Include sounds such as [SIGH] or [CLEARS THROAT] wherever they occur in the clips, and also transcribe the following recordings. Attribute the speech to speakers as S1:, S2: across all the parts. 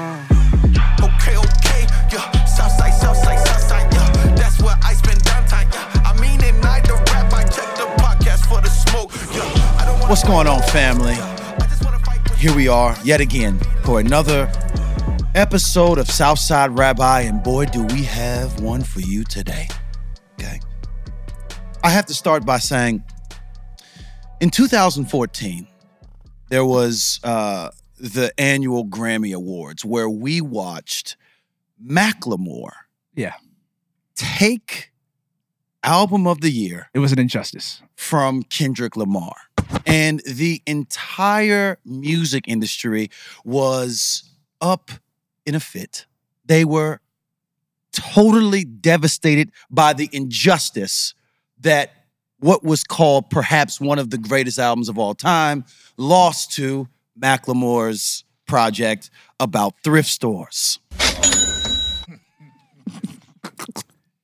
S1: Okay, okay, yeah. Southside, Southside, Southside, yeah. That's where I spend downtime, yeah. I mean, at night the rap, I check the podcast for the smoke, yeah. I don't wanna
S2: What's going on, family?
S1: I just wanna fight with
S2: Here we are yet again for another episode of Southside Rabbi, and boy, do we have one for you today. Okay. I have to start by saying in 2014, there was uh, the annual Grammy Awards where we watched Macklemore
S3: Yeah,
S2: take Album of the Year
S3: it was an injustice.
S2: from Kendrick Lamar. And the entire music industry was up in a fit. They were totally devastated by the injustice that what was called perhaps one of the greatest albums of all time lost to Macklemore's project about thrift stores.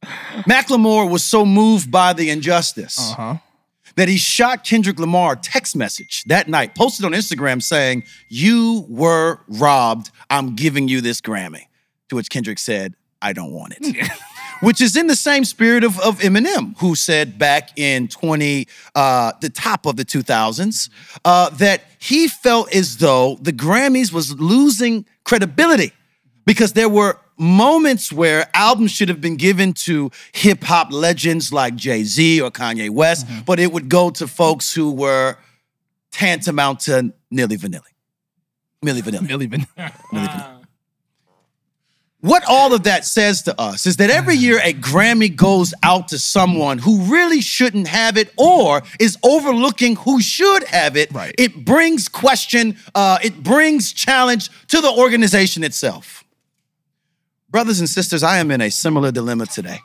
S2: Macklemore was so moved by the injustice
S3: huh.
S2: that he shot Kendrick Lamar a text message that night, posted on Instagram saying, You were robbed. I'm giving you this Grammy. To which Kendrick said, I don't want it. which is in the same spirit of, of Eminem, who said back in 20, uh, the top of the 2000s, uh, that he felt as though the Grammys was losing credibility because there were moments where albums should have been given to hip hop legends like Jay Z or Kanye West, but it would go to folks who were tantamount to Nilly Vanilli. Milli Vanilli.
S3: Millie Van.
S2: What all of that says to us is that every year a Grammy goes out to someone who really shouldn't have it or is overlooking who should have it.
S3: Right.
S2: It brings question, uh, it brings challenge to the organization itself. Brothers and sisters, I am in a similar dilemma today.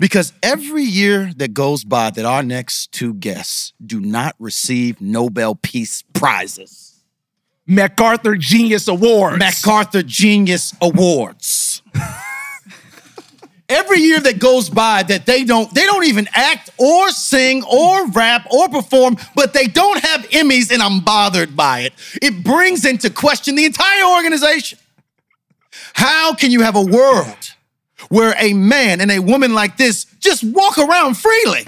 S2: Because every year that goes by that our next two guests do not receive Nobel Peace Prizes.
S3: [LAUGHS] MacArthur Genius Awards.
S2: MacArthur Genius Awards. Every year that goes by that they don't they don't even act or sing or rap or perform, but they don't have Emmys and I'm bothered by it. It brings into question the entire organization. How can you have a world where a man and a woman like this just walk around freely?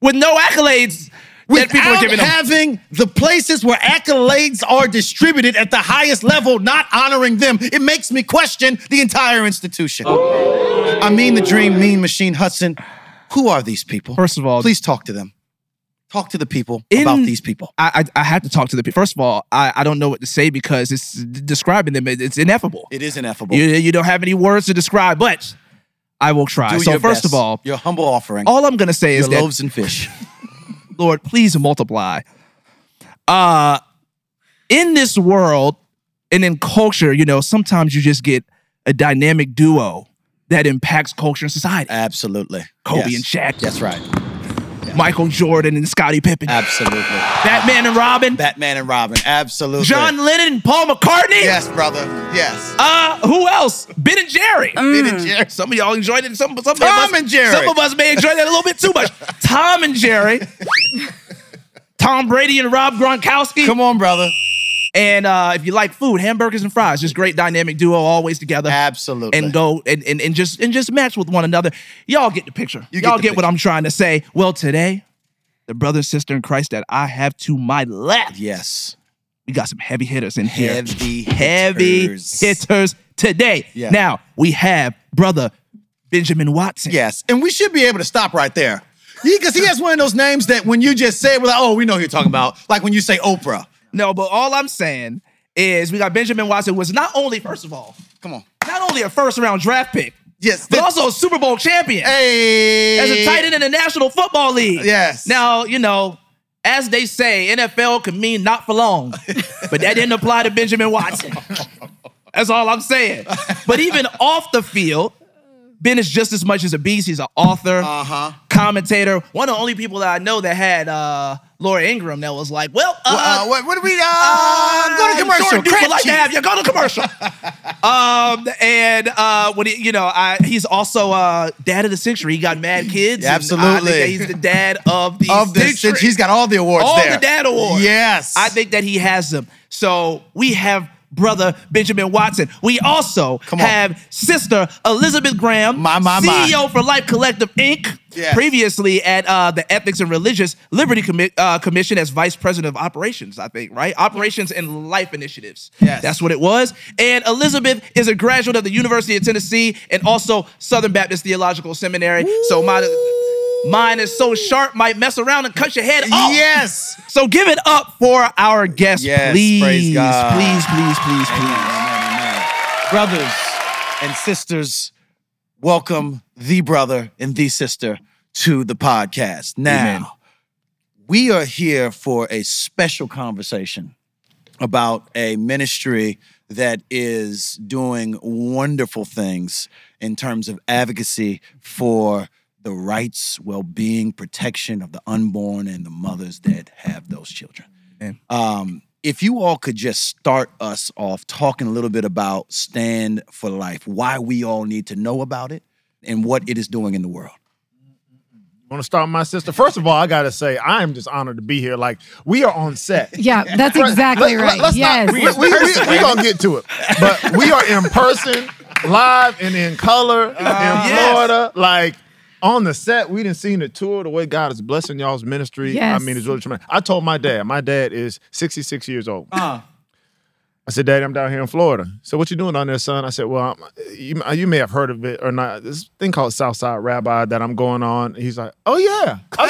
S3: with no accolades that people are
S2: without
S3: giving them.
S2: having the places where accolades are distributed at the highest level not honoring them it makes me question the entire institution i mean the dream mean machine hudson who are these people
S3: First of all-
S2: please talk to them talk to the people
S3: In-
S2: about these people
S3: I, I I have to talk to the people. First of all, I, I don't know what to say because it's describing them. it- It's ineffable.
S2: it is ineffable
S3: You you don't have any words to describe, but I will try.
S2: Do
S3: so
S2: your best.
S3: first of all,
S2: your humble offering
S3: all I'm gonna say
S2: your
S3: is that
S2: loaves and
S3: [LAUGHS]
S2: fish
S3: Lord, please multiply. Uh in this world and in culture, you know, sometimes you just get a dynamic duo that impacts culture and society.
S2: absolutely
S3: Kobe
S2: Yes.
S3: and Shaq,
S2: that's right
S3: Michael Jordan and Scottie Pippen,
S2: absolutely
S3: Batman and Robin,
S2: batman and robin absolutely
S3: John Lennon and Paul McCartney.
S2: yes brother yes
S3: Uh, who else? Ben and Jerry.
S2: Ben and Jerry.
S3: [LAUGHS] Some of y'all enjoyed it. Some, some
S2: Tom
S3: of us,
S2: and Jerry.
S3: Some of us may enjoy that a little bit too
S2: [LAUGHS]
S3: much. Tom and Jerry. Tom Brady and Rob Gronkowski.
S2: come on brother
S3: And uh, if you like food, hamburgers and fries, just great dynamic duo,
S2: [LAUGHS]
S3: always together.
S2: absolutely
S3: And go and, and, and just and just match with one another. Y'all get the picture.
S2: You get
S3: y'all
S2: the
S3: get what
S2: picture.
S3: I'm trying to say. Well, today, the brother, sister in Christ that I have to my left,
S2: yes
S3: we got some heavy hitters in here.
S2: heavy
S3: heavy
S2: hitters.
S3: hitters, today.
S2: Yeah.
S3: Now we have brother Benjamin Watson.
S2: Yes, and we should be able to stop right there. Because he, has one of those names that when you just say it, we're like, oh, we know who you're talking about. Like when you say Oprah.
S3: No, but all I'm saying is we got Benjamin Watson, who was not only, first of all,
S2: Come on.
S3: not only a first round draft pick,
S2: Yes.
S3: but also a Super Bowl champion
S2: hey.
S3: as a tight end in the National Football League.
S2: Yes.
S3: Now, you know, as they say, NFL can mean not
S2: [LAUGHS]
S3: for long, but that didn't apply to Benjamin Watson. That's all I'm saying. But even off the field, Ben is just as much as a beast. He's an author,
S2: Uh-huh.
S3: commentator, one of the only people that I know that had uh, Laura Ingram that was like, well, uh,
S2: Uh, what, what do we, uh, Go to commercial.
S4: Jordan Duke would like to
S2: Crapshoot.
S4: have you. Go to
S2: [LAUGHS]
S4: commercial. um, and uh, when he, you know, I, he's also uh, dad of the century. He got mad kids. and uh, I think
S2: Absolutely.
S4: that he's the dad of the
S2: of the
S4: century.
S2: since he's got all the awards
S4: all
S2: there.
S4: the dad awards.
S2: Yes.
S4: I think that he has them. So we have brother Benjamin Watson. We also
S2: Come on.
S4: have sister Elizabeth Graham,
S2: My, my, my.
S4: CEO for Life Collective Inc.
S2: Yes.
S4: Previously at uh, the Ethics and Religious Liberty Commi- uh, Commission as Vice President of Operations, I think, right? Operations and Life Initiatives.
S2: Yes.
S4: That's what it was. And Elizabeth is a graduate of the University of Tennessee and also Southern Baptist Theological Seminary. So my, mine is so sharp, might mess around and cut your head off.
S2: Yes.
S4: So give it up for our guest,
S2: Yes,
S4: please.
S2: praise God.
S4: Please, please, please, please.
S2: Brothers and sisters, welcome the brother and the sister to the podcast. Now,
S4: Amen.
S2: we are here for a special conversation about a ministry that is doing wonderful things in terms of advocacy for the rights, well being, protection of the unborn and the mothers that have those children.
S4: Amen.
S2: Um, if you all could just start us off talking a little bit about Stand for Life, why we all need to know about it, and what it is doing in the world.
S5: want to start with my sister? First of all, I gotta say I am just honored to be here. Like we are on set.
S6: Yeah, that's exactly right.
S5: Let's
S6: yes.
S5: not. We, we, we, we gonna get to it, but we are in person, live and in color in
S4: yes.
S5: Florida. Like on the set, we didn't seen the tour. The way God is blessing y'all's ministry.
S6: Yes.
S5: I mean, it's really tremendous. I told my dad. My dad is sixty six years old. I said, Daddy, I'm down here in Florida. So what you doing down there, son? I said, Well, I'm, you, uh, you may have heard of it or not. This thing called Southside Rabbi that I'm going on. He's like, Oh yeah, I've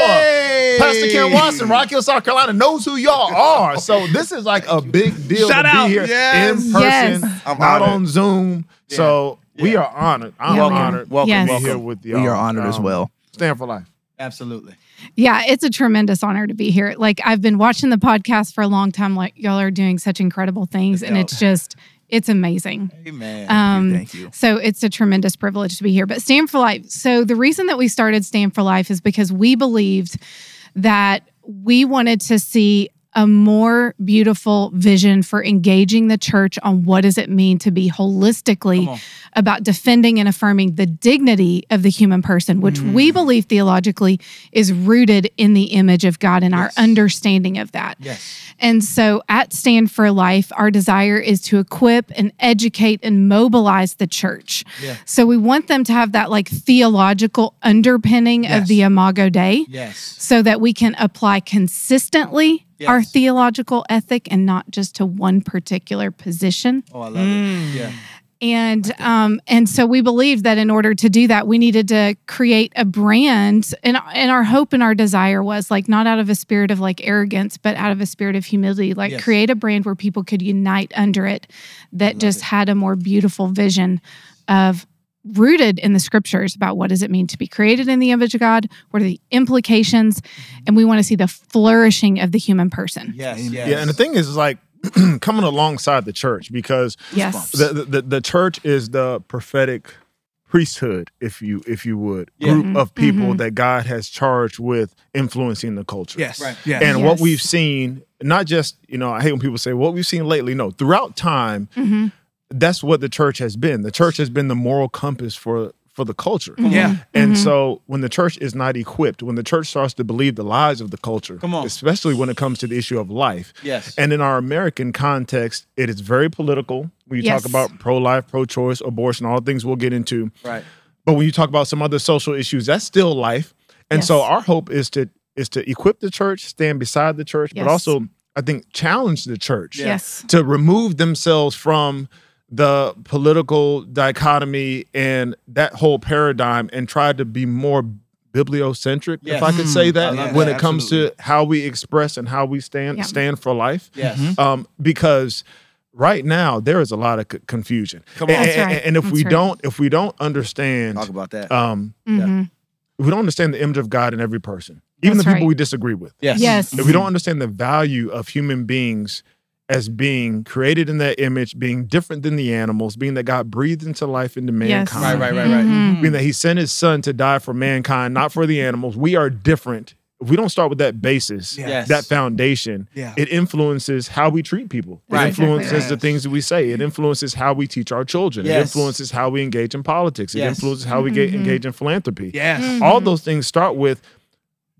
S2: Hey!
S5: seen it before. Pastor Ken Watson, Rock Hill, South Carolina, knows who y'all are.
S4: [LAUGHS]
S5: So this is like a big deal
S4: Shout
S5: to
S4: out.
S5: be here
S2: Yes.
S5: in person,
S6: Yes.
S2: I'm
S5: not
S2: honored.
S5: on Zoom. So we are honored. I'm
S6: Welcome.
S5: honored.
S2: Welcome,
S5: to
S6: Yes.
S5: be
S6: welcome.
S5: here with y'all.
S4: We are honored as
S5: Um,
S4: well.
S5: Stand for life.
S2: Absolutely.
S6: Yeah, it's a tremendous honor to be here. Like I've been watching the podcast for a long time. Like y'all are doing such incredible things, and it's just it's amazing.
S2: Amen.
S6: Um,
S4: thank you.
S6: So it's a tremendous privilege to be here. But Stand for Life. So the reason that we started Stand for Life is because we believed that we wanted to see a more beautiful vision for engaging the church on what does it mean to be
S2: Come
S6: holistically
S2: on.
S6: about defending and affirming the dignity of the human person which
S2: Mm.
S6: we believe theologically is rooted in the image of God and our understanding of that.
S2: yes.
S6: And so at Stand for Life, our desire is to equip and educate and mobilize the church. So we want them to have that like theological underpinning
S2: Yes.
S6: of the Imago Dei
S2: Yes.
S6: so that we can apply consistently
S2: Yes.
S6: our theological ethic and not just to one particular position.
S2: Oh, I love it.
S6: Mm.
S2: Yeah.
S6: And um, and so we believed that in order to do that, we needed to create a brand. And and our hope and our desire was like not out of a spirit of like arrogance, but out of a spirit of humility. Like
S2: Yes.
S6: create a brand where people could unite under it, that just had a more beautiful vision of rooted in the scriptures about what does it mean to be created in the image of God, what are the implications, and we want to see the flourishing of the human person.
S2: Yes. yes.
S5: Yeah, and the thing is, is like [CLEARS THROAT] coming alongside the church because
S6: Yes.
S5: the, the- the the church is the prophetic priesthood if you if you would group of people that god has charged with influencing the culture
S4: Yes.
S2: Right.
S4: Yes.
S5: and what
S6: Yes.
S5: we've seen not just you know i hate when people say what we've seen lately no throughout time
S6: Mhm.
S5: that's what the church has been the church has been the moral compass for for the culture
S6: Mm-hmm.
S4: Yeah.
S5: and so when the church is not equipped, when the church starts to believe the lies of the culture,
S2: Come on.
S5: especially when it comes to the issue of life.
S2: Yes.
S5: And in our American context, it is very political. When you
S6: Yes.
S5: talk about pro-life, pro-choice, abortion, all the things we'll get into.
S2: right.
S5: But when you talk about some other social issues, that's still life. And so
S6: Yes.
S5: our hope is to is to equip the church, stand beside the church,
S6: Yes.
S5: but also I think challenge the church
S6: Yes.
S5: to remove themselves from the political dichotomy and that whole paradigm and try to be more bibliocentric if i could
S2: Yes. Mm.
S5: say
S2: I
S5: that
S2: love
S5: when
S2: that.
S5: it comes to how we express and how we stand
S6: Yeah.
S5: stand for life
S2: Yes.
S5: um, because right now there is a lot of c- confusion
S2: Come on.
S5: And-
S6: That's
S5: and,
S6: right.
S5: and if we
S6: That's right.
S5: don't if we don't understand
S2: Talk about
S4: Uh,
S2: that.
S5: um,
S6: Mhm.
S5: if we don't understand the image of god in every person even
S6: That's
S5: the people
S6: right.
S5: we disagree with
S2: yes.
S6: Yes.
S5: if we don't understand the value of human beings as being created in that image, being different than the animals, being that God breathed into life into
S6: Yes.
S5: mankind,
S2: Mm-hmm. Right. Right. Right. Right.
S6: Mhm.
S5: being that He sent His Son to die for mankind, not for the animals, we are different if we don't start with that basis,
S2: Yes.
S5: that foundation,
S4: Yeah.
S5: it influences how we treat people.
S6: Right.
S5: It influences
S6: Exactly
S5: the
S4: right.
S5: things that we say. It influences how we teach our children. It
S2: Mm-hmm. Yes.
S5: influences how we engage in politics. It
S2: Yes. Mm-hmm.
S5: influences how we get engage in philanthropy.
S4: Yes.
S5: All
S6: Mm-hmm.
S5: those things start with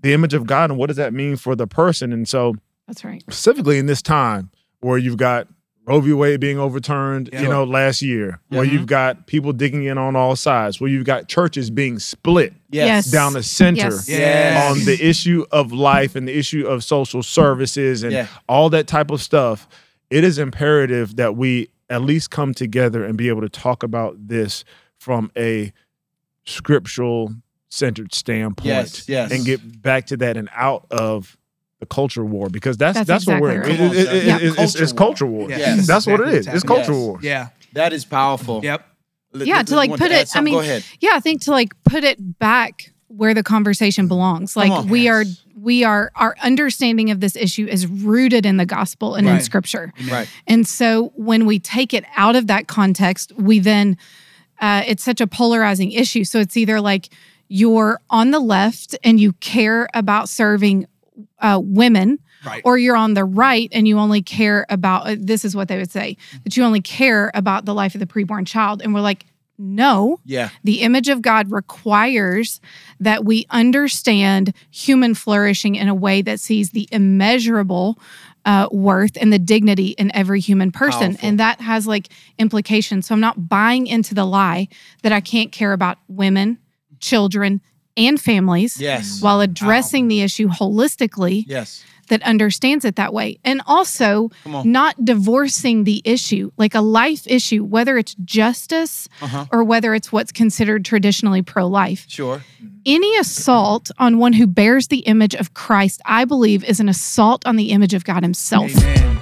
S5: the image of God and what does that mean for the person? And so
S6: That's right.
S5: specifically in this time where you've got Roe v. Wade being overturned,
S4: Yeah.
S5: you know, last year, where
S2: Mm-hmm.
S5: you've got people digging in on all sides, where you've got churches being split
S6: Yes.
S5: down the center
S6: Yes.
S4: Yes.
S5: on the issue of life and the issue of social services and
S2: Yeah.
S5: all that type of stuff, it is imperative that we at least come together and be able to talk about this from a scriptural centered standpoint
S2: Yes, yes.
S5: and get back to that and out of the culture war because that's that's,
S6: That's
S5: what we're
S6: exactly
S5: it,
S2: right.
S5: it- it-
S2: Yeah.
S5: it- it's, it's
S2: Culture
S5: culture war.
S4: Yes.
S2: Yes.
S5: That's what it
S4: Exactly
S5: is.
S4: what's
S5: It's culture
S2: happening.
S5: war.
S4: Yeah.
S2: That is powerful.
S4: Yep.
S2: Let-
S6: Yeah,
S2: let-
S6: to
S2: let-
S6: like
S2: want
S6: put
S2: add
S6: it- I
S2: something?
S6: mean-
S2: go ahead.
S6: Yeah, I think to like put it back where the conversation belongs. Like
S2: on.
S6: we are we are our understanding of this issue is rooted in the gospel and in
S2: Right.
S6: scripture.
S2: Right.
S6: And so when we take it out of that context, we then, uh, it's such a polarizing issue. So it's either like you're on the left and you care about serving uh, women,
S4: Right.
S6: or you're on the right and you only care about, uh, this is what they would say, that you only care about the life of the preborn child. And we're like, no,
S2: Yeah.
S6: the image of God requires that we understand human flourishing in a way that sees the immeasurable uh, worth and the dignity in every human person.
S2: Powerful.
S6: And that has like implications. So I'm not buying into the lie that I can't care about women, children, and families
S2: Yes.
S6: while addressing the issue holistically
S2: Yes.
S6: that understands it that way. And also
S2: Come on.
S6: not divorcing the issue, like a life issue, whether it's justice
S2: Uh-huh.
S6: or whether it's what's considered traditionally pro life.
S2: Sure.
S6: Any assault on one who bears the image of Christ, I believe, is an assault on the image of God Himself.
S4: Amen.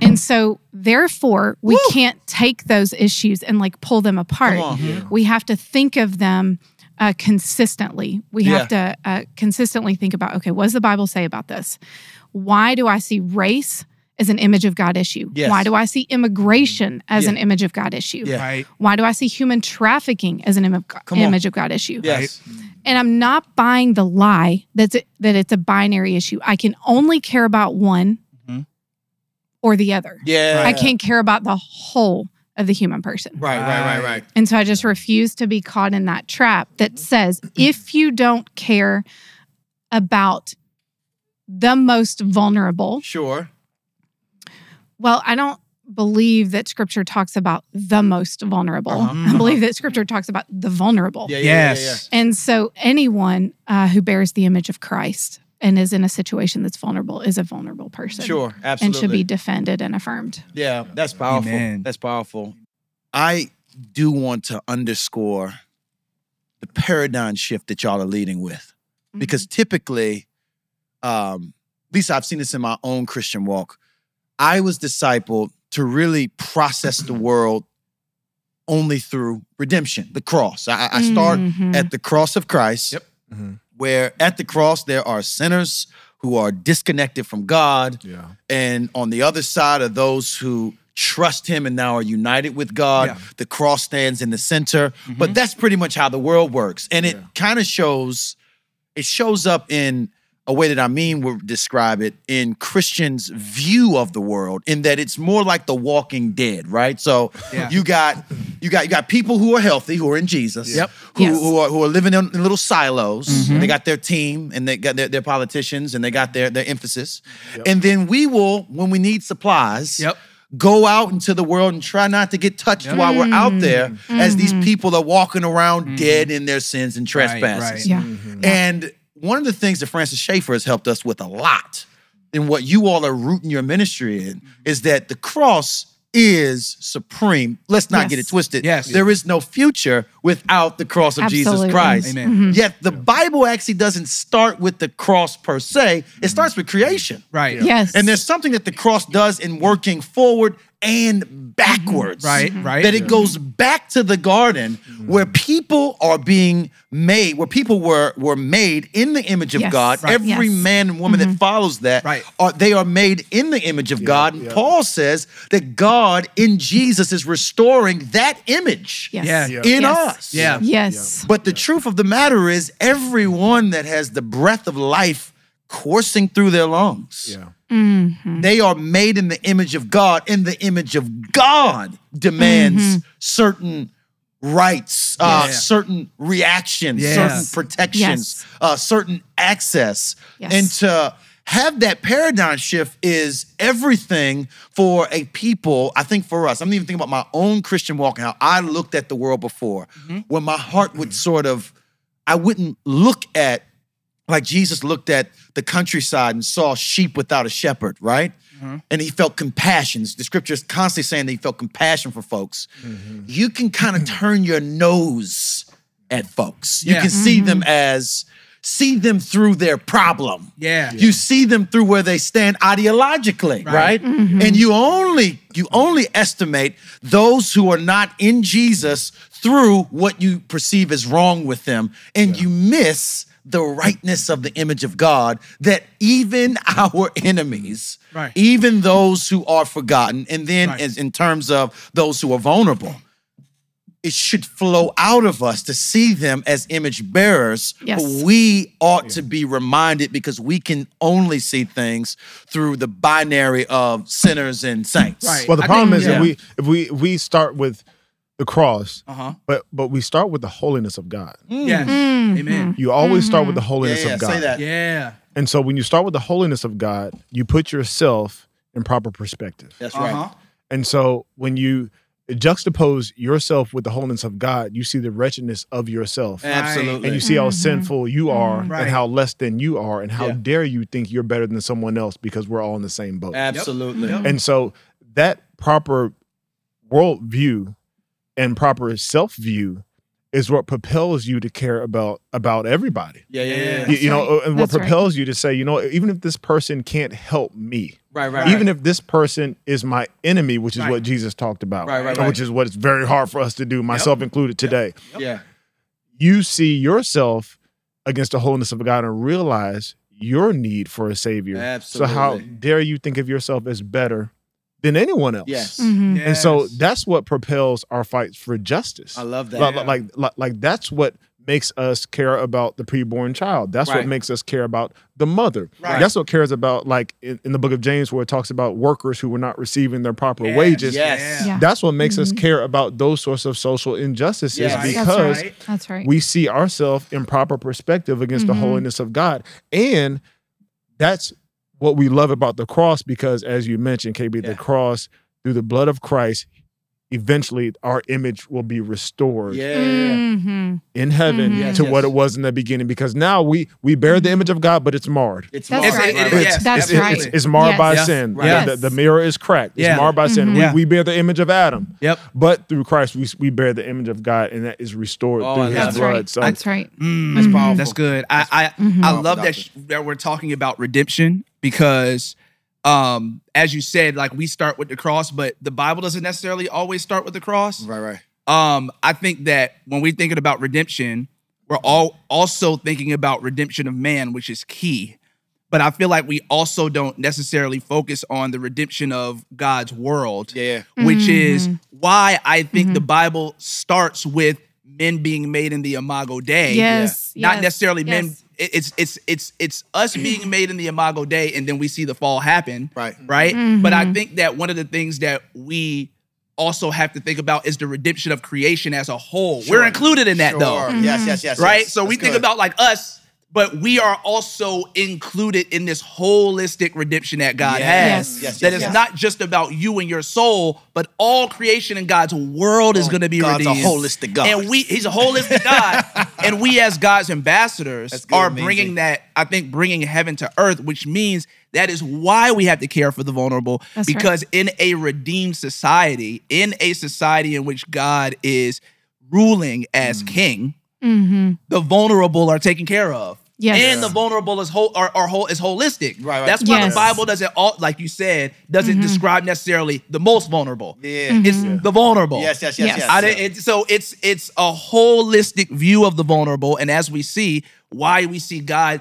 S6: And so, therefore, we can't take those issues and like pull them apart.
S2: Come on.
S6: We have to think of them uh, consistently. We have to uh, consistently think about okay, what does the Bible say about this? Why do I see race as an image of God issue?
S2: Yes.
S6: Why do I see immigration as
S2: Yeah.
S6: an image of God issue?
S2: Yeah.
S4: Right.
S6: Why do I see human trafficking as an Im-
S2: on.
S6: image of God issue?
S2: Yes.
S6: And I'm not buying the lie that's that it's a binary issue. I can only care about one
S4: Mhm.
S6: or the other.
S2: Yeah.
S6: I can't care about the whole of the human person.
S2: Right. Right. Right. Right.
S6: And so I just refuse to be caught in that trap that
S2: Mm-hmm.
S6: says if you don't care about the most vulnerable,
S2: Sure.
S6: well, I don't believe that scripture talks about the most vulnerable.
S2: Uh-huh.
S6: I believe that scripture talks about the vulnerable.
S2: Yeah. yeah, Yeah, yeah, yeah.
S4: Yes.
S6: And so anyone uh, who bears the image of Christ and is in a situation that's vulnerable is a vulnerable person.
S2: Sure. Absolutely.
S6: And should be defended and affirmed.
S2: Yeah, that's powerful.
S4: Amen.
S2: That's powerful. I do want to underscore the paradigm shift that y'all are leading with, because typically, um, at least I've seen this in my own Christian walk. I was discipled to really process the world only through redemption, the cross. I, I start
S4: Mm-hmm.
S6: Mhm.
S2: at the cross of Christ,
S4: Yep. Mm-hmm.
S5: Mhm.
S2: where at the cross there are sinners who are disconnected from God,
S5: Yeah.
S2: and on the other side are those who trust him and now are united with God.
S4: Yeah.
S2: The cross stands in the center. But that's pretty much how the world works. And it
S5: Yeah.
S2: kind of shows, it shows up in a way that I mean would describe it in Christians' view of the world, in that it's more like the walking dead, right? So
S4: Yeah.
S2: you got you got you got people who are healthy, who are in Jesus,
S4: Yep.
S2: who,
S6: Yes.
S2: who are who are living in, in little silos.
S4: Mm-hmm.
S2: They got their team and they got their, their politicians and they got their their emphasis. And then we will, when we need supplies,
S4: Yep.
S2: go out into the world and try not to get touched while we're out there as these people are walking around dead in their sins and trespasses.
S4: Mm-hmm. right.
S6: Yeah.
S2: And one of the things that Francis Schaeffer has helped us with a lot, and what you all are rooting your ministry in,
S4: Mm-hmm.
S2: is that the cross is supreme. Let's not
S6: Yes.
S2: get it twisted.
S4: Yes.
S2: There is no future without the cross of
S6: Absolutely.
S2: Jesus Christ.
S4: Amen. Mm-hmm.
S2: Yet the Bible actually doesn't start with the cross per se, it starts with creation.
S4: Mm-hmm. Right.
S6: Yes.
S2: And there's something that the cross does in working forward and backwards.
S4: Right, right.
S2: That it goes back to the garden where people are being made, where people were were made in the image of
S6: Yes,
S2: God.
S6: right.
S2: Every
S6: Yes.
S2: man and woman that follows that
S4: Right.
S2: are they are made in the image of God. And
S5: yeah.
S2: Paul says that God in Jesus is restoring that image
S6: yes.
S4: Yeah.
S6: Yes.
S2: in
S6: Yes.
S2: us.
S4: Yeah.
S6: Yes.
S2: But the truth of the matter is, everyone that has the breath of life coursing through their lungs.
S5: Yeah.
S6: Mm-hmm.
S2: They are made in the image of God, and the image of God demands
S6: Mm-hmm.
S2: certain rights, uh,
S3: Yeah.
S2: certain reactions,
S3: Yes.
S2: certain protections,
S6: Yes.
S2: uh, certain access.
S6: Yes.
S2: And to have that paradigm shift is everything for a people. I think for us, I'm even thinking about my own Christian walk and how I looked at the world before, where my heart would sort of, I wouldn't look at like Jesus looked at the countryside and saw sheep without a shepherd, right?
S3: Mm-hmm.
S2: And he felt compassion. The scripture is constantly saying that he felt compassion for folks.
S3: Mm-hmm.
S2: You can kind
S3: [CLEARS THROAT]
S2: of turn your nose at folks. You
S3: Yeah. Mm-hmm.
S2: can see them as see them through their problem.
S3: Yeah.
S2: You see them through where they stand ideologically,
S3: Mm-hmm.
S2: right? And you only you only estimate those who are not in Jesus through what you perceive is wrong with them, and you miss the rightness of the image of God that even [LAUGHS] our enemies,
S3: Right.
S2: even those who are forgotten, and then
S3: Right.
S2: as in terms of those who are vulnerable, it should flow out of us to see them as image bearers.
S6: Yes.
S2: But we ought to be reminded because we can only see things through the binary of sinners and saints.
S3: Right.
S5: Well, the
S3: I
S5: problem
S3: think-
S5: is
S2: yeah.
S5: that we if we if we start with the cross,
S3: Uh-huh.
S5: but but we start with the holiness of God.
S3: Yes.
S6: Mm-hmm.
S3: Amen.
S5: You always start with the
S2: Yeah,
S5: holiness
S2: Mm-hmm. yeah,
S5: of God.
S2: say that.
S3: Yeah.
S5: And so when you start with the holiness of God, you put yourself in proper perspective.
S2: That's right.
S3: Uh-huh.
S5: And so when you juxtapose yourself with the holiness of God, you see the wretchedness of yourself.
S2: Absolutely.
S5: and you see
S6: Mm-hmm.
S5: how sinful you are
S3: Right.
S5: and how less than you are and how
S2: Yeah.
S5: dare you think you're better than someone else because we're all in the same boat.
S2: Absolutely.
S5: And so that proper worldview and proper self view is what propels you to care about about everybody.
S2: Yeah, yeah,
S3: Yeah.
S2: yeah.
S5: You, you know, and what
S6: That's right.
S5: propels you to say, you know, even if this person can't help me,
S2: Right, right.
S5: even if this person is my enemy, which is
S3: Right.
S5: what Jesus talked about,
S2: Right, right,
S5: and
S2: right.
S5: which is what it's very hard for us to do, myself included today
S2: right. Yeah.
S5: you see yourself against the holiness of God and realize your need for a savior. So how
S2: Absolutely.
S5: dare you think of yourself as better than anyone else?
S2: Yes.
S4: Mm.
S6: Mhm.
S5: And so
S3: Yes.
S5: that's what propels our fights for justice.
S2: I love that.
S5: Like, like, like, like that's what makes us care about the preborn child. That's
S2: Right.
S5: what makes us care about the mother.
S3: Right.
S5: That's what cares about, like in, in the book of James, where it talks about workers who were not receiving their proper wages.
S2: Yes.
S6: Yeah. Mm-hmm.
S5: That's what makes us care about those sorts of social injustices
S2: Yes.
S5: because
S6: That's right. That's right.
S5: we see ourselves in proper perspective against
S6: Mhm.
S5: the holiness of God. And that's what we love about the cross because, as you mentioned, KB,
S2: Yeah.
S5: the cross through the blood of Christ, eventually our image will be restored
S2: Yeah.
S6: hmm
S5: in heaven
S6: Mhm.
S2: Yes,
S5: to
S2: yes.
S5: what it was in the beginning because now we we bear the image of God, but it's marred.
S2: It's
S6: That's
S2: marked. Right,
S6: right.
S3: It- it-
S2: right.
S3: yes.
S6: That's
S5: It's-
S6: right.
S5: It's, it's marred
S6: Yes.
S5: by
S3: Yeah.
S5: sin.
S2: Right.
S5: Yeah,
S6: Yes.
S5: The, the mirror is cracked.
S3: Yeah.
S5: It's marred by sin.
S6: Mhm.
S5: We,
S3: Yeah.
S5: we bear the image of Adam.
S3: Yep.
S5: But through Christ, we, we bear the image of God, and that is restored
S2: Oh, I
S5: through
S2: love
S5: his
S6: That's
S2: that.
S5: blood.
S6: right.
S5: So
S6: That's right.
S3: Mm.
S2: That's powerful.
S3: That's good. I I, I
S2: powerful,
S3: love that
S2: doctor.
S3: sh- that we're talking about redemption because um as you said like we start with the cross but the Bible doesn't necessarily always start with the cross.
S2: Right, right.
S3: Um I think that when we're thinking about redemption we're all also thinking about redemption of man which is key. But I feel like we also don't necessarily focus on the redemption of God's world
S2: Yeah, yeah.
S3: which
S6: Mm-hmm.
S3: is why I think the Bible starts with men being made in the imago Dei.
S6: Yes,
S3: Not
S6: yes,
S3: necessarily men.
S6: yes.
S3: it- It's it's it's it's us being made in the imago Dei, and then we see the fall happen.
S2: Right.
S3: Right.
S6: Mm-hmm.
S3: But I think that one of the things that we also have to think about is the redemption of creation as a whole. We're included in that though
S2: Sure. Yes, yes, yes.
S3: right?
S2: yes.
S3: So we
S2: That's
S3: think
S2: good.
S3: about like us, but we are also included in this holistic redemption that God
S6: Yes.
S3: has.
S2: Yes, yes,
S3: That is
S2: yes.
S3: not just about you and your soul, but all creation in God's world is going to be
S2: Oh, God's a
S3: redeemed.
S2: holistic God.
S3: and we He's a
S2: [LAUGHS]
S3: holistic God, and we as God's ambassadors
S2: That's good,
S3: are
S2: Meezy.
S3: bringing that. I think bringing heaven to earth, which means that is why we have to care for the vulnerable,
S6: That's right.
S3: because in a redeemed society, in a society in which God is ruling
S2: Mm.
S3: as king
S6: hmm
S3: the vulnerable are taken care of.
S6: Yes.
S3: And the vulnerable is whole are, are whole is holistic.
S2: Right, right.
S3: That's why
S6: Yes. Mm-hmm.
S3: the Bible doesn't all like you said, doesn't describe necessarily the most vulnerable.
S2: Yeah.
S3: It's the vulnerable.
S2: Yes, yes, yes, yes.
S6: Yes.
S3: I didn't, it, so it's it's a holistic view of the vulnerable, and as we see, why we see
S2: Mm.
S3: God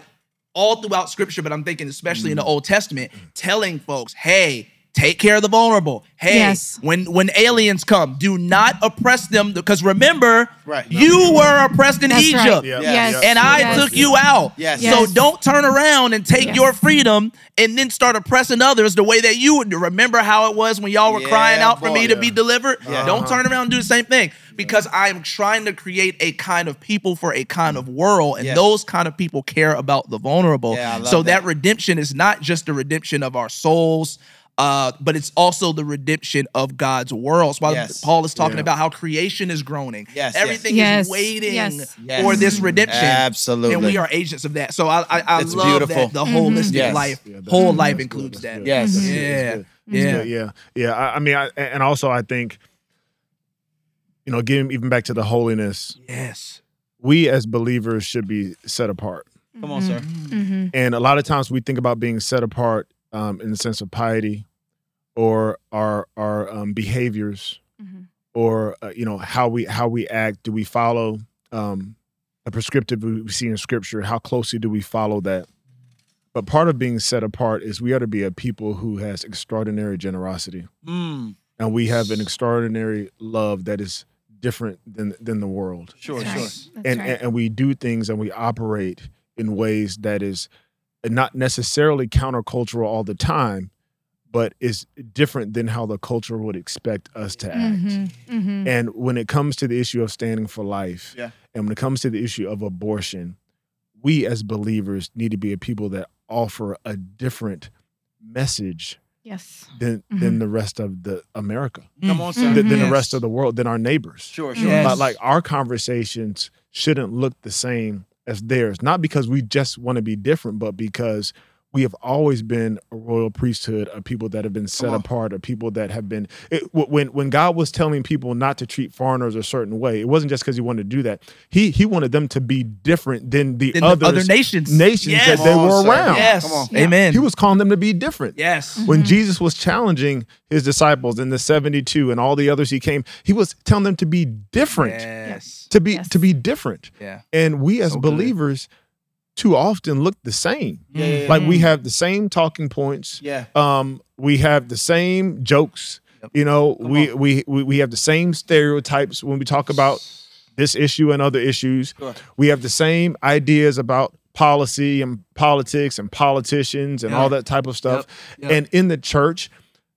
S3: all throughout Scripture, but I'm thinking especially in the Old Testament, telling folks, "Hey, take care of the vulnerable. Hey,
S6: Yes.
S3: when when aliens come, do not oppress them because remember,
S2: Right.
S3: you were oppressed in
S6: That's
S3: Egypt.
S6: right.
S5: Yeah.
S6: Yes.
S5: Yeah.
S3: And I
S6: Yes.
S3: took you out.
S2: Yes.
S3: So
S6: Yes.
S3: don't turn around and take
S6: Yes.
S3: your freedom and then start oppressing others the way that you would. do. Remember how it was when y'all were
S2: Yeah,
S3: crying out for
S2: boy.
S3: me to be delivered?
S2: Yeah. Uh-huh.
S3: Don't turn around and do the same thing because I am trying to create a kind of people for a kind of world, and
S2: Yes.
S3: those kind of people care about the vulnerable.
S2: Yeah, I love
S3: so that.
S2: that.
S3: redemption is not just the redemption of our souls. Uh, but it's also the redemption of God's world. So while
S2: Yes.
S3: Paul is talking
S5: Yeah.
S3: about how creation is groaning,
S2: Yes, yes.
S3: everything
S6: Yes,
S3: is waiting
S6: yes.
S2: Yes.
S3: for this redemption.
S2: Absolutely.
S3: And we are agents of that. So I I, I
S2: That's
S3: love
S2: beautiful.
S3: that the
S6: Mm-hmm.
S3: holistic
S2: Yes.
S3: life,
S5: Yeah, that's-
S3: whole
S5: that's
S3: life
S5: good,
S3: includes
S5: that's
S3: that.
S5: good.
S2: Yes.
S4: Mm-hmm.
S5: That's good, that's
S3: Yeah.
S5: good.
S3: Yeah.
S5: Yeah, yeah, yeah. I, I mean, I, and also I think, you know, getting even back to the holiness,
S3: Yes.
S5: we as believers should be set apart.
S2: Come on, sir.
S6: Mm-hmm.
S5: And a lot of times we think about being set apart um, in the sense of piety, or our our um, behaviors,
S6: Mhm.
S5: or uh, you know how we how we act. Do we follow um, a prescriptive we we see in Scripture? How closely do we follow that? But part of being set apart is we are to be a people who has extraordinary generosity.
S2: Mm,
S5: and we have an extraordinary love that is different than than the world
S2: sure,
S6: That's
S2: sure.
S6: right. That's
S5: and,
S6: right.
S5: and and we do things and we operate in ways that is not necessarily countercultural all the time but is different than how the culture would expect us to act
S6: Mm-hmm. Mm-hmm.
S5: and when it comes to the issue of standing for life
S2: Yeah.
S5: and when it comes to the issue of abortion we as believers need to be a people that offer a different message
S6: Yes.
S5: than than
S6: Mm-hmm.
S5: the rest of the america
S3: Mm.
S2: Come on, sir.
S6: Mhm.
S5: than, than
S3: Yes.
S5: the rest of the world, than our neighbors.
S2: Sure,
S6: Mhm.
S4: Mm-hmm.
S2: sure.
S3: Yes.
S5: Like, like our conversations shouldn't look the same as theirs, not because we just want to be different, but because we have always been a royal priesthood of people that have been set
S2: Come on.
S5: apart, of people that have been. It, wh- when when God was telling people not to treat foreigners a certain way, it wasn't just because He wanted to do that. He He wanted them to be different than the,
S3: Then the
S5: others,
S3: other nations.
S5: nations
S3: Yes.
S5: that they
S2: Come on,
S5: were
S2: sir.
S5: around.
S3: Yes.
S2: Come on.
S3: Amen. Mm.
S5: He was calling them to be different
S3: yes. Mm-hmm.
S5: when Jesus was challenging his disciples and the 72 and all the others he came, he was telling them to be different,
S3: Yes.
S5: to be
S6: Yes.
S5: to be different.
S3: Yeah.
S5: And we as
S3: So good.
S5: believers too often look the same.
S2: Yeah, yeah, yeah.
S5: Like
S3: Mm.
S5: we have the same talking points.
S2: yeah.
S5: Um, we have the same jokes. You know, we, we we we have the same stereotypes when we talk about this issue and other issues.
S2: Sure.
S5: We have the same ideas about policy and politics and politicians and
S3: Yeah.
S5: all that type of stuff.
S3: Yep.
S5: And in the church,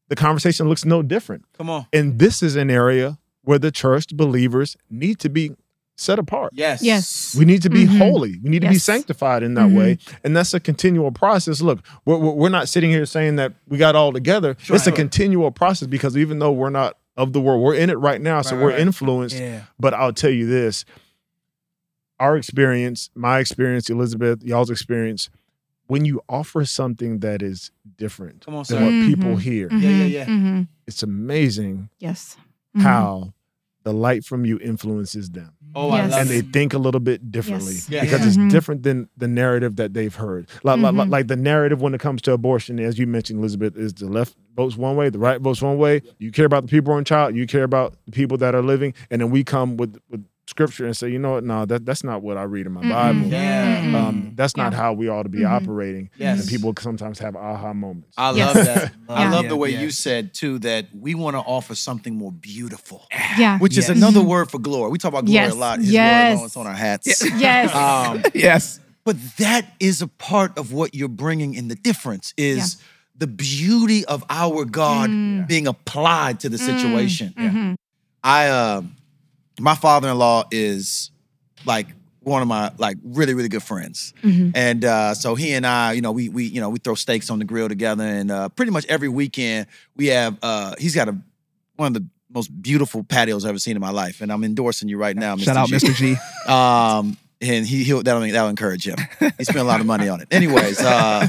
S5: the conversation looks no different.
S2: Come on.
S5: And this is an area where the church believers need to be set apart.
S2: Yes.
S6: Yes.
S5: We need to be
S6: Mhm.
S5: holy. We need to be
S6: Yes.
S5: sanctified in that
S6: Mhm.
S5: way. And that's a continual process. Look, we're, we're we're not sitting here saying that we got all together.
S2: Sure.
S5: It's a continual process because even though we're not of the world, we're in it right now. So
S2: Right,
S5: we're
S2: right.
S5: influenced.
S3: Yeah.
S5: But I'll tell you this our experience, my experience, Elizabeth, y'all's experience, when you offer something that is different
S2: Come on, sir.
S5: than what
S6: Mhm.
S5: people hear,
S2: Yeah, yeah, yeah.
S6: Mm-hmm.
S5: it's amazing
S6: Yes. Mm-hmm.
S5: how the light from you influences them
S2: Oh, I
S6: Yes.
S2: love
S5: and they [LAUGHS]
S2: it.
S5: think a little bit differently
S6: Yes.
S2: Yeah.
S5: because
S6: Mhm.
S5: it's different than the narrative that they've heard. Like, like-
S6: Mm-hmm.
S5: like, the narrative when it comes to abortion, as you mentioned, Elizabeth, is the left votes one way, the right votes one way. You care about the preborn child, you care about the people that are living, and then we come with with scripture and say, you know what, no, that that's not what I read in my
S6: Mhm.
S5: Bible.
S2: Yeah.
S6: Mhm.
S5: Um, that's not
S6: Yeah.
S5: how we ought to be
S6: Mhm.
S5: operating.
S2: Yes. Ah,
S5: And people sometimes have aha moments.
S2: I
S6: Yes.
S2: love that. I
S6: Yeah.
S2: love the way
S3: Yeah.
S2: you said too that we want to offer something more beautiful,
S6: Yeah.
S2: which is
S3: Yes.
S2: another word for glory. We talk about glory
S6: Yes.
S2: a lot. His
S6: Yes.
S2: glory alone, it's on our hats.
S6: yes.
S2: Um,
S3: [LAUGHS] Yes.
S2: but that is a part of what you're bringing in the difference is the beauty of our God being applied to the situation.
S6: Mhm.
S2: I uh, my father-in-law is like one of my like really really good friends, and uh, so he and I, you know, we we you know we throw steaks on the grill together, and uh, pretty much every weekend we have. Uh, he's got a one of the most beautiful patios I've ever seen in my life, and I'm endorsing you right now.
S3: Shout out,
S2: G.
S3: Mr. G.
S2: [LAUGHS] Um, and he he'll, that'll that'll encourage him. He spent a lot of money on it. Anyways, uh,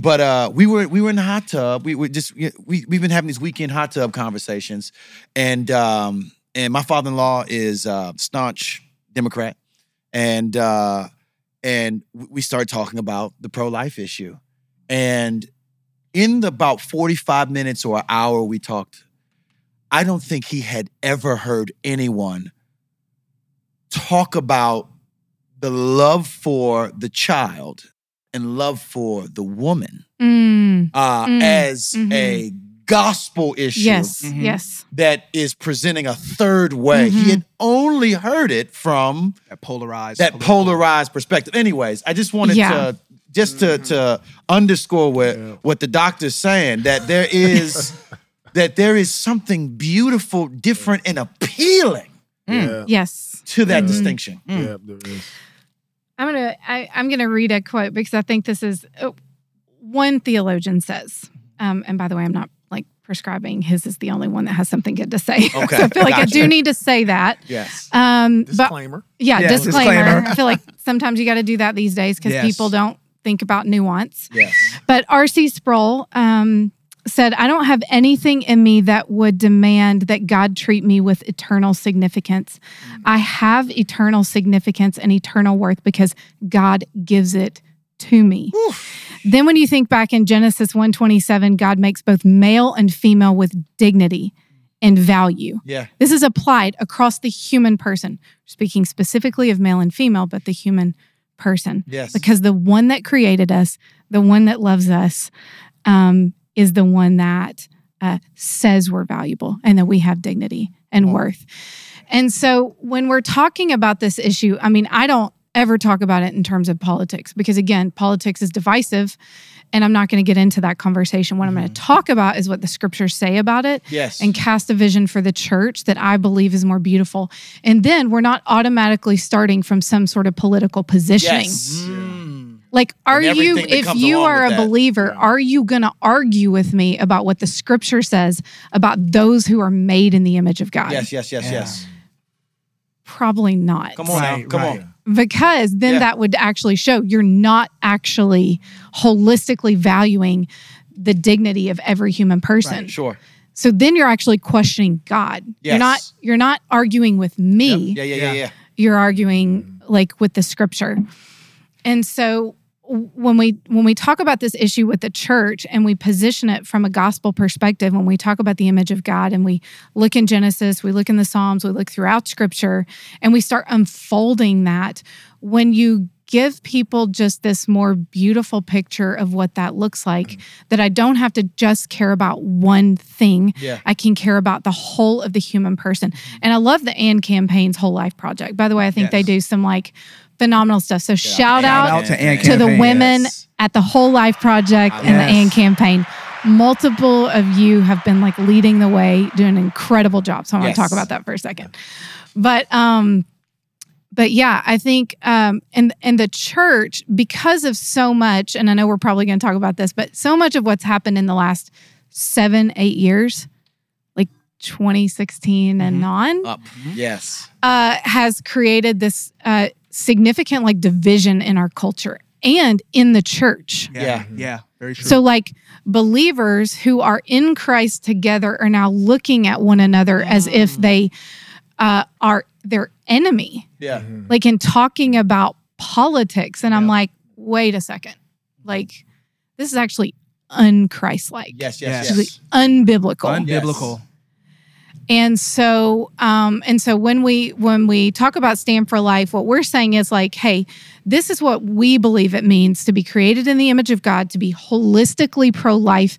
S2: but uh, we were we were in the hot tub. We were just we we- we've been having these weekend hot tub conversations, and um, and my father in law is uh, staunch Democrat, and uh, and w- we started talking about the pro life issue, and in the about forty five minutes or an hour we talked, I don't think he had ever heard anyone talk about the love for the child and love for the woman
S6: Mm.
S2: uh,
S6: Mm,
S2: as a gospel issue
S6: Yes, yes.
S2: that is presenting a third way. He had only heard it from
S3: That polarized.
S2: that polarized perspective. Anyways, I just wanted
S6: Yeah.
S2: to just to to underscore what what the doctor's saying that there [LAUGHS] is that there is something beautiful, different, and appealing
S6: Mm. Yes.
S2: to that distinction. Mm.
S6: Mm.
S5: Yeah, there is.
S6: I'm gonna I, I'm gonna read a quote because I think this is oh, one theologian says. Um, and by the way, I'm not like prescribing. His is the only one that has something good to say. [LAUGHS]
S2: Okay,
S6: so I feel like I
S2: gotcha.
S6: do need to say that.
S2: Yes.
S6: Um, but
S5: Disclaimer.
S6: yeah,
S3: Yeah,
S6: disclaimer.
S3: disclaimer.
S6: I feel like [LAUGHS] sometimes you got to do that these days because
S3: Yes.
S6: people don't think about nuance.
S2: Yes.
S6: But R.C. Sproul um, said, I don't have anything in me that would demand that God treat me with eternal significance. I have eternal significance and eternal worth because God gives it to me. Then when you think back in Genesis 127, God makes both male and female with dignity and value.
S2: Yeah.
S6: This is applied across the human person, speaking specifically of male and female, but the human person.
S2: Yes.
S6: Because the one that created us, the one that loves us, um, is the one that uh, says we're valuable and that we have dignity and worth. And so when we're talking about this issue, I mean, I don't ever talk about it in terms of politics because, again, politics is divisive. And I'm not going to get into that conversation. What I'm going to talk about is what the scriptures say about it
S2: Mm-hmm. Yes.
S6: and cast a vision for the church that I believe is more beautiful. And then we're not automatically starting from some sort of political positioning.
S2: Yes.
S6: Like, are you,
S2: everything that
S6: if
S2: comes
S6: you
S2: along
S6: are a
S2: with that.
S6: believer, are you going to argue with me about what the scripture says about those who are made in the image of God?
S2: Yes. Yes. Yes. Yes.
S6: Probably not.
S2: Come on. now.
S3: Right,
S2: Come
S3: right.
S2: on.
S6: Because then
S2: Yeah.
S6: that would actually show you're not actually holistically valuing the dignity of every human person.
S2: Sure.
S6: So then you're actually questioning God. You're
S2: Yes.
S6: not you're not arguing with me.
S2: Yeah. Yeah. Yeah. Yeah.
S6: You're arguing like with the scripture. And so w- when we when we talk about this issue with the church and we position it from a gospel perspective when we talk about the image of God and we look in Genesis, we look in the Psalms, we look throughout scripture and we start unfolding that when you give people just this more beautiful picture of what that looks like that I don't have to just care about one thing.
S2: Yeah.
S6: I can care about the whole of the human person. And I love the Anne campaign's whole life project. By the way, I think they do some like phenomenal stuff. So shout out,
S3: out to Ann
S6: to the
S3: Campaign,
S6: women
S2: yes.
S6: at the Whole Life Project and the
S3: Yes.
S6: Anne campaign. Multiple of you have been like leading the way, doing an incredible job. So I want
S2: Yes.
S6: to talk about that for a second. But um but yeah, I think um and and the church because of so much and I know we're probably going to talk about this, but so much of what's happened in the last 7 8 years like 2016 and on
S2: Mm-hmm. Up. Yes.
S6: uh, has created this uh, significant like division in our culture and in the church.
S2: Yeah.
S3: Yeah. Very true.
S6: So like believers who are in Christ together are now looking at one another as if
S2: Mm.
S6: they uh, are their enemy,
S2: Yeah.
S6: like in talking about politics. And I'm like, wait a second, like this is actually unchristlike,
S2: Yes. Yes.
S3: Yes.
S2: Yes.
S6: Actually unbiblical.
S3: Unbiblical.
S6: And so, um, and so when we when we talk about stand for life, what we're saying is like, hey, this is what we believe it means to be created in the image of God, to be holistically pro life,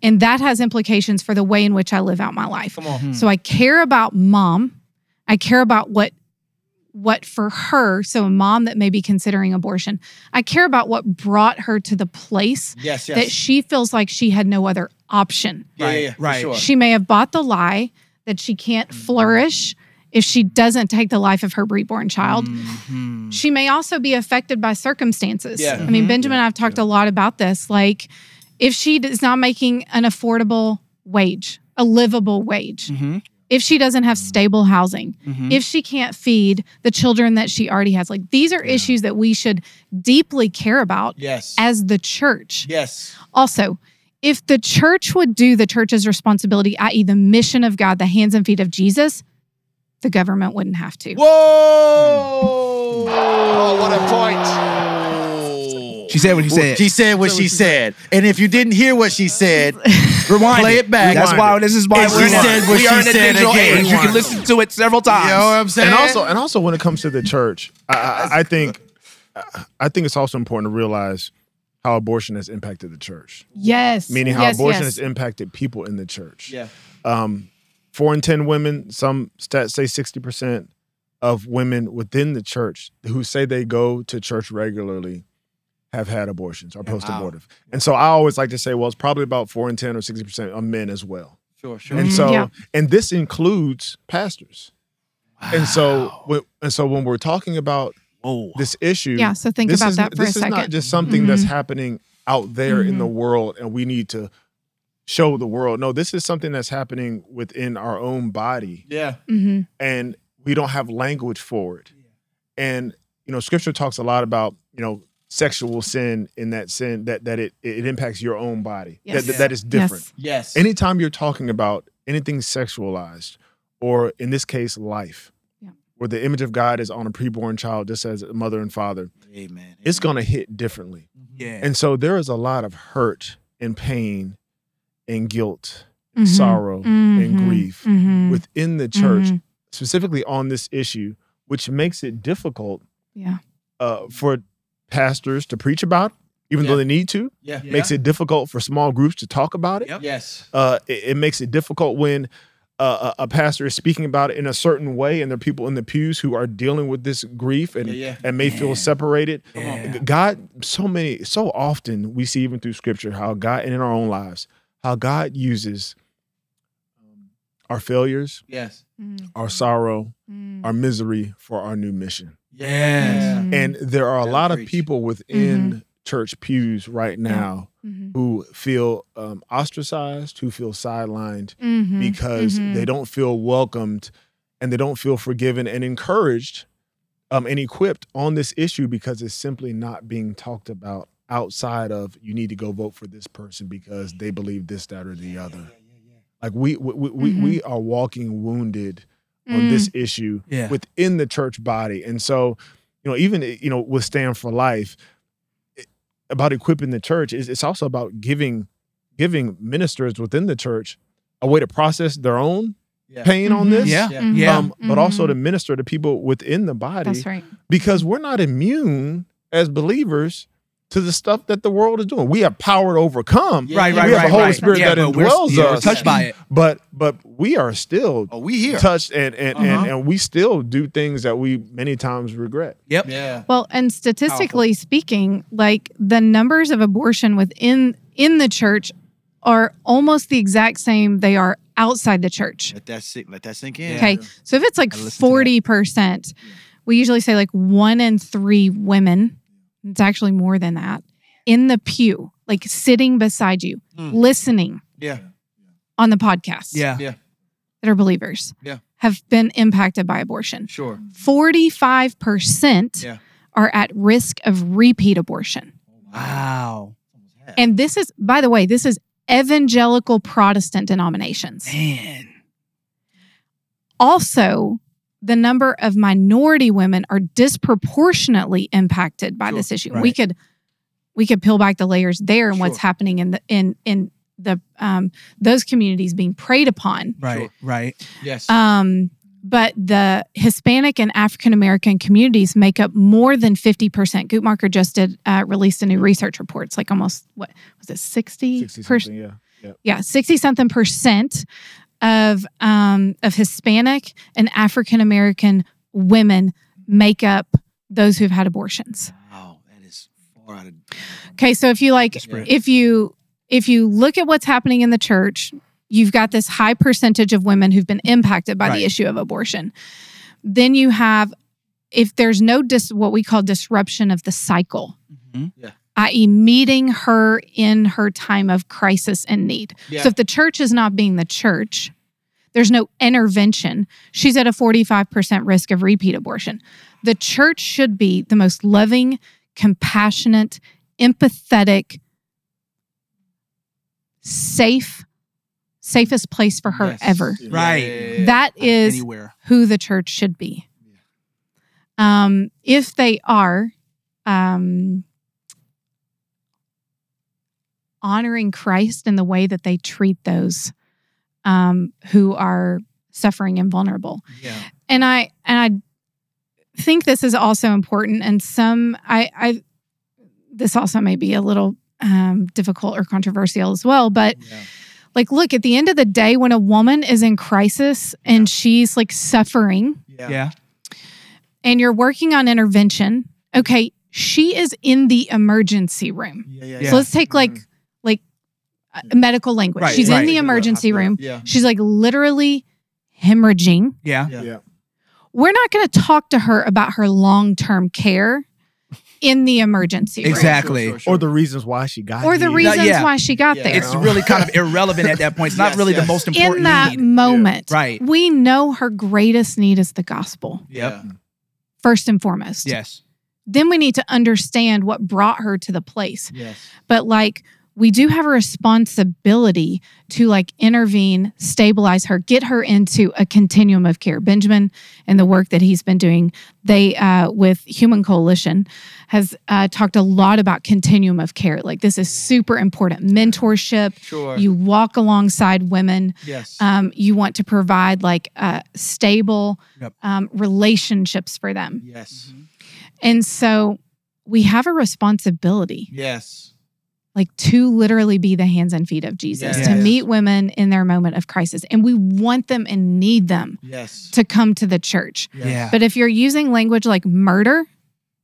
S6: and that has implications for the way in which I live out my life.
S2: Come on.
S6: So I care about mom. I care about what what for her. So a mom that may be considering abortion, I care about what brought her to the place
S2: Yes. Yes.
S6: that she feels like she had no other option.
S2: yeah, yeah, yeah, for
S3: Right.
S2: Sure.
S6: She may have bought the lie that she can't
S2: Mm-hmm.
S6: flourish if she doesn't take the life of her reborn child. She may also be affected by circumstances.
S2: Mm-hmm. Yeah.
S6: I mean, Benjamin and I've talked a lot about this. Like, if she is not making an affordable wage, a livable wage,
S2: Mm-hmm.
S6: if she doesn't have stable housing, if she can't feed the children that she already has, like, these are issues that we should deeply care about
S2: Yes.
S6: as the church.
S2: yes.
S6: Also, if the church would do the church's responsibility, i.e., the mission of God, the hands and feet of Jesus, the government wouldn't have to.
S2: Whoa! Oh, what a point.
S3: She said what she said.
S2: She said what she said. And if you didn't hear what she said, rewind play it back.
S3: That's why this is why
S2: And
S3: we're
S2: she
S3: in a-
S2: said what
S3: we are
S2: she
S3: in a
S2: said
S3: digital
S2: again.
S3: age. You can listen to it several
S2: You
S3: times.
S2: know what I'm saying?
S5: and also and also when it comes to the church, I, I, I think I think it's also important to realize how abortion has impacted the church,
S6: Yes.
S5: meaning how
S6: yes,
S5: abortion
S6: yes.
S5: has impacted people in the church.
S4: Yeah.
S5: Um, four in 10 women, some stats say 60% of women within the church who say they go to church regularly have had abortions or post abortive. And so I always like to say, well, it's probably about four in 10 or 60% of men as well.
S2: Sure, sure.
S5: And so,
S6: Mm, Yeah.
S5: and this includes pastors. And so, when, and so when we're talking about this issue,
S6: Yeah, so think
S5: this
S6: about
S5: is,
S6: that for a
S5: this is not
S6: second. Mm-hmm.
S5: just something that's happening out there in the world, and we need to show the world. No, this is something that's happening within our own body,
S4: Yeah.
S6: Mhm.
S5: and we don't have language for it. And you know, Scripture talks a lot about you know sexual sin in that sin that that it it impacts your own body. That-
S6: Yes.
S5: That, that is different.
S6: Yes.
S4: Yes.
S5: Anytime you're talking about anything sexualized, or in this case, life,
S6: Yeah.
S5: where the image of God is on a preborn child, just as a mother and father
S2: Amen.
S5: it's going to hit differently.
S3: Yeah.
S5: And so there is a lot of hurt and pain and guilt,
S6: Mhm.
S5: sorrow and
S6: Mhm.
S5: grief
S6: Mhm.
S5: within the church,
S6: Mhm.
S5: specifically on this issue, which makes it difficult
S6: Yeah.
S5: uh, for pastors to preach about, it, even though they need to.
S4: Yeah.
S5: Makes it difficult for small groups to talk about it.
S3: Yep.
S4: Yes.
S5: Uh, it, it makes it difficult when uh, a a pastor is speaking about it in a certain way, and there are people in the pews who are dealing with this grief and,
S4: Yeah, yeah.
S5: and may feel separated.
S3: Yeah.
S5: God, so many, so often we see even through Scripture how God and in our own lives how God uses um, our failures,
S4: Yes.
S6: Mm,
S5: our sorrow,
S6: mm,
S5: our misery for our new mission.
S4: Yes.
S6: mm,
S5: And there are a
S4: That'll
S5: lot of
S4: Mm-hmm. preach.
S5: people within church pews right now
S6: mhm.
S5: who feel um, ostracized, who feel sidelined
S6: Mhm.
S5: because
S6: Mhm.
S5: they don't feel welcomed and they don't feel forgiven and encouraged um, and equipped on this issue because it's simply not being talked about outside of you need to go vote for this person because they believe this, that, or the other. Like we we we, we-
S6: Mhm.
S5: we are walking wounded on
S6: Mm.
S5: this issue
S3: Yeah.
S5: within the church body, and so you know even you know with Stand for Life it- about equipping the church is it's also about giving giving ministers within the church a way to process their own
S4: Yeah.
S5: pain on
S6: Mhm.
S5: this.
S3: Yeah.
S6: Mhm.
S3: Yeah.
S5: Um, but also
S6: Mhm.
S5: to minister to people within the body
S6: That's right.
S5: because we're not immune as believers to the stuff that the world is doing. We have power to overcome,
S3: Right,
S5: We
S3: right,
S5: have
S3: right.
S5: the Holy
S3: right.
S5: Spirit
S3: Yeah,
S5: that
S3: but we're-
S5: indwells
S3: yeah, we're
S5: us.
S3: touched by it.
S5: but but we are still
S2: Oh, we here.
S5: touched and and,
S4: Uh-huh.
S5: and and we still do things that we many times regret.
S3: Yep.
S4: Yeah.
S6: Well, and statistically speaking, like the numbers of abortion within in the church are almost the exact same they are outside the church.
S2: Let that sink. Let that sink in.
S6: Okay. So if it's like
S2: I listen to that.
S6: 40%, we usually say like one in three women, it's actually more than that, in the pew, like sitting beside you,
S2: Mm.
S6: listening
S2: Yeah.
S6: on the podcast
S3: Yeah.
S6: that are believers
S2: Yeah.
S6: have been impacted by abortion.
S2: Sure.
S6: 45%
S2: Yeah.
S6: are at risk of repeat abortion.
S3: Wow.
S6: And this is, by the way, this is evangelical Protestant denominations.
S3: Man.
S6: Also, the number of minority women are disproportionately impacted by this issue. We
S3: right.
S6: could we could peel back the layers there and what's happening in the in in the um, those communities being preyed upon.
S3: Right. Right.
S4: Yes.
S6: Um, but the Hispanic and African American communities make up more than 50%. Guttmacher just did uh, released a new research report. It's like almost, what was it, 60?
S5: 60 something, yeah.
S6: yeah, 60 something percent of, um, of Hispanic and African American women make up those who've had abortions.
S2: Wow, that is far out of.
S6: Okay, so if you like, if you if you look at what's happening in the church, you've got this high percentage of women who've been impacted by
S3: Right.
S6: the issue of abortion. Then you have, if there's no dis, what we call disruption of the cycle,
S3: Mhm.
S2: Yeah.
S6: i.e., meeting her in her time of crisis and need.
S4: Yeah.
S6: So if the church is not being the church, there's no intervention. She's at a 45% risk of repeat abortion. The church should be the most loving, compassionate, empathetic, safe, safest place for her
S4: Yes.
S6: ever.
S3: Right.
S6: That is
S3: anywhere.
S6: who the church should be. Um, if they are um, honoring Christ in the way that they treat those um, who are suffering and vulnerable,
S4: Yeah.
S6: and I and I think this is also important. And some I I this also may be a little um, difficult or controversial as well, but like, look, at the end of the day, when a woman is in crisis and she's like suffering
S2: Yeah.
S3: Yeah.
S6: and you're working on intervention, okay, she is in the emergency room.
S3: Yeah. Mm-hmm.
S6: So let's take like, like uh, medical language.
S3: Right,
S6: she's
S3: right.
S6: in the emergency room.
S2: Yeah.
S6: She's like literally hemorrhaging.
S3: Yeah.
S2: Yeah.
S5: Yeah.
S6: We're not going to talk to her about her long term care in the emergency room.
S3: Exactly.
S5: Or the reasons why she got
S6: Or the
S5: here.
S6: reasons
S3: yeah.
S6: why she got
S2: Yeah.
S6: there.
S3: It's really kind of irrelevant at that point. It's not
S2: Yes,
S3: really
S2: yes.
S3: the most important
S6: in that
S3: need.
S6: moment,
S3: Right.
S6: we know her greatest need is the gospel,
S3: Yep.
S6: first and foremost.
S3: Yes.
S6: Then we need to understand what brought her to the place.
S2: Yes.
S6: But like, we do have a responsibility to like intervene, stabilize her, get her into a continuum of care. Benjamin and the work that he's been doing, they uh, with Human Coalition has uh, talked a lot about continuum of care. Like this is super important. Mentorship.
S2: Sure.
S6: You walk alongside women.
S2: yes.
S6: Um, you want to provide like uh, stable
S3: Yep.
S6: um, relationships for them.
S2: yes.
S6: And so we have a responsibility,
S2: Yes.
S6: like to literally be the hands and feet of Jesus, to
S3: Yes.
S6: meet women in their moment of crisis. And we want them and need them
S2: Yes.
S6: to come to the church.
S3: Yeah.
S6: But if you're using language like murder,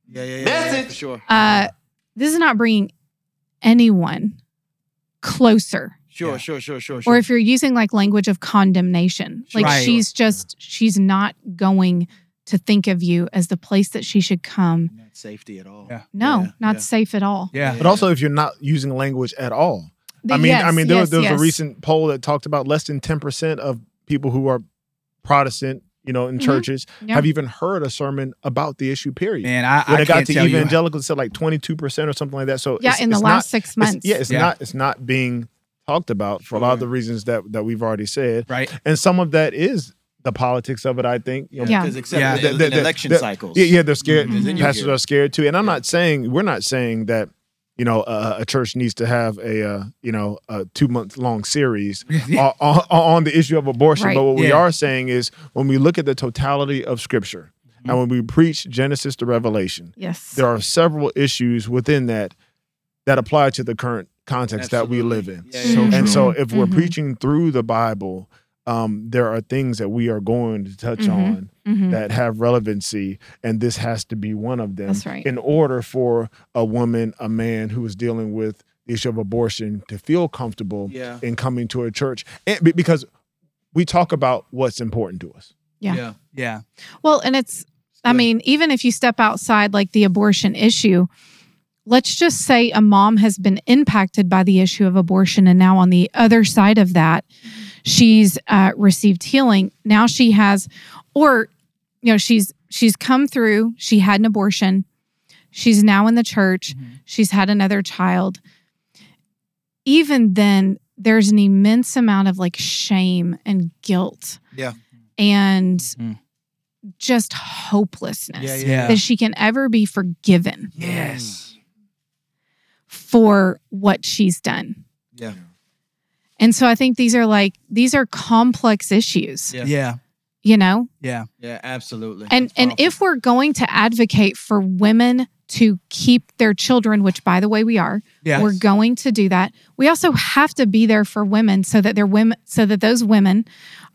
S2: Yeah. Yeah. yeah, That's it. For sure.
S6: uh, this is not bringing anyone closer
S2: Sure.
S3: Yeah.
S2: Sure. Sure. Sure. Sure.
S6: or if you're using like language of condemnation like
S3: Right.
S6: she's just she's not going to think of you as the place that she should come
S2: not safety at all.
S3: Yeah.
S6: no
S2: Yeah,
S6: not
S2: yeah.
S6: safe at all
S3: Yeah.
S5: But also, if you're not using language at all, I
S6: The-
S5: mean, I
S6: yes,
S5: mean, there, was
S6: yes,
S5: there was
S6: yes.
S5: a recent poll that talked about less than ten percent of people who are Protestant, you know, in
S6: Mhm.
S5: churches
S6: Yeah.
S5: have even heard a sermon about the issue. Period.
S3: Man, I,
S5: when
S3: I
S5: it got
S3: can't
S5: to
S3: tell you.
S5: evangelicals, it said like twenty two percent or something like that. So
S6: yeah
S5: it's-
S6: in the
S5: it's
S6: last
S5: not-
S6: six
S5: it's-
S6: months
S5: yeah, it's
S3: Yeah.
S5: not it's not being talked about for a lot of the reasons that that we've already said,
S3: Right.
S5: and some of that is the politics of it. I think. You know,
S6: Yeah.
S2: Because except in-
S3: Yeah.
S5: That- that-
S2: in
S5: that-
S2: election
S5: that-
S2: cycles.
S5: Yeah, yeah, they're scared.
S6: Mhm. Then
S2: Mm-hmm. you
S5: Pastors
S2: hear.
S5: are scared too, and I'm
S2: Yeah.
S5: not saying we're not saying that you know uh, a church needs to have a uh, you know a two month long
S2: [LAUGHS]
S5: series on, on, on the issue of abortion.
S6: Right.
S5: But what we
S3: Yeah.
S5: are saying is when we look at the totality of Scripture
S2: Mm-hmm.
S5: and when we preach Genesis to Revelation,
S6: yes
S5: there are several issues within that that apply to the current context that we
S2: Absolutely.
S5: live in.
S2: Yeah,
S6: So
S2: yeah,
S6: true.
S5: And so, if we're
S6: Mhm.
S5: preaching through the Bible, um, there are things that we are going to touch
S6: Mhm.
S5: on
S6: Mhm.
S5: that have relevancy, and this has to be one of them
S6: That's right.
S5: in order for a woman, a man who is dealing with the issue of abortion to feel comfortable
S2: Yeah.
S5: in coming to a church. And be- because we talk about what's important to us.
S6: Yeah.
S2: Yeah.
S3: Yeah.
S6: well and it's i mean even if you step outside like the abortion issue let's just say a mom has been impacted by the issue of abortion and now on the other side of that
S2: Mm-hmm.
S6: she's uh, received healing now she has or you know she's she's come through she had an abortion she's now in the church
S2: Mm-hmm.
S6: she's had another child even then there's an immense amount of like shame and guilt
S2: Yeah.
S6: and
S3: Mm.
S6: just hopelessness
S2: Yeah,
S3: Yeah.
S6: that she can ever be forgiven
S3: Yes.
S6: for what she's done.
S2: Yeah.
S6: And so I think these are like these are complex issues,
S2: Yeah.
S3: Yeah.
S6: you know?
S3: Yeah.
S2: Yeah. Absolutely.
S6: And
S2: It's
S6: and
S2: powerful.
S6: if we're going to advocate for women to keep their children, which by the way we are,
S3: Yeah. Oh
S6: we're going to do that. We also have to be there for women so that their women so that those women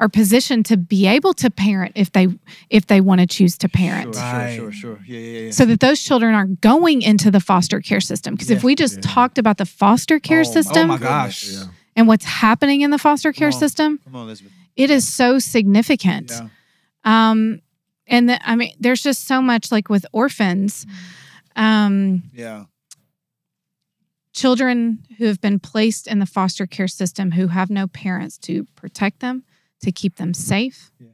S6: are positioned to be able to parent if they if they want to choose to parent.
S2: Sure,
S3: Right.
S2: sure, sure, sure. Yeah, yeah, yeah.
S6: So that those children aren't going into the foster care system. Because if we just talked about the foster care
S2: Oh my- oh
S6: system,
S3: my gosh.
S5: Yeah.
S6: and what's happening in the foster care
S2: on.
S6: system,
S2: Come on, Elizabeth.
S6: it is so significant.
S2: Yeah.
S6: Um, and the, I mean, there's just so much like with orphans,
S2: Mm.
S6: um,
S2: Yeah.
S6: children who have been placed in the foster care system who have no parents to protect them, to keep them safe.
S2: Yeah.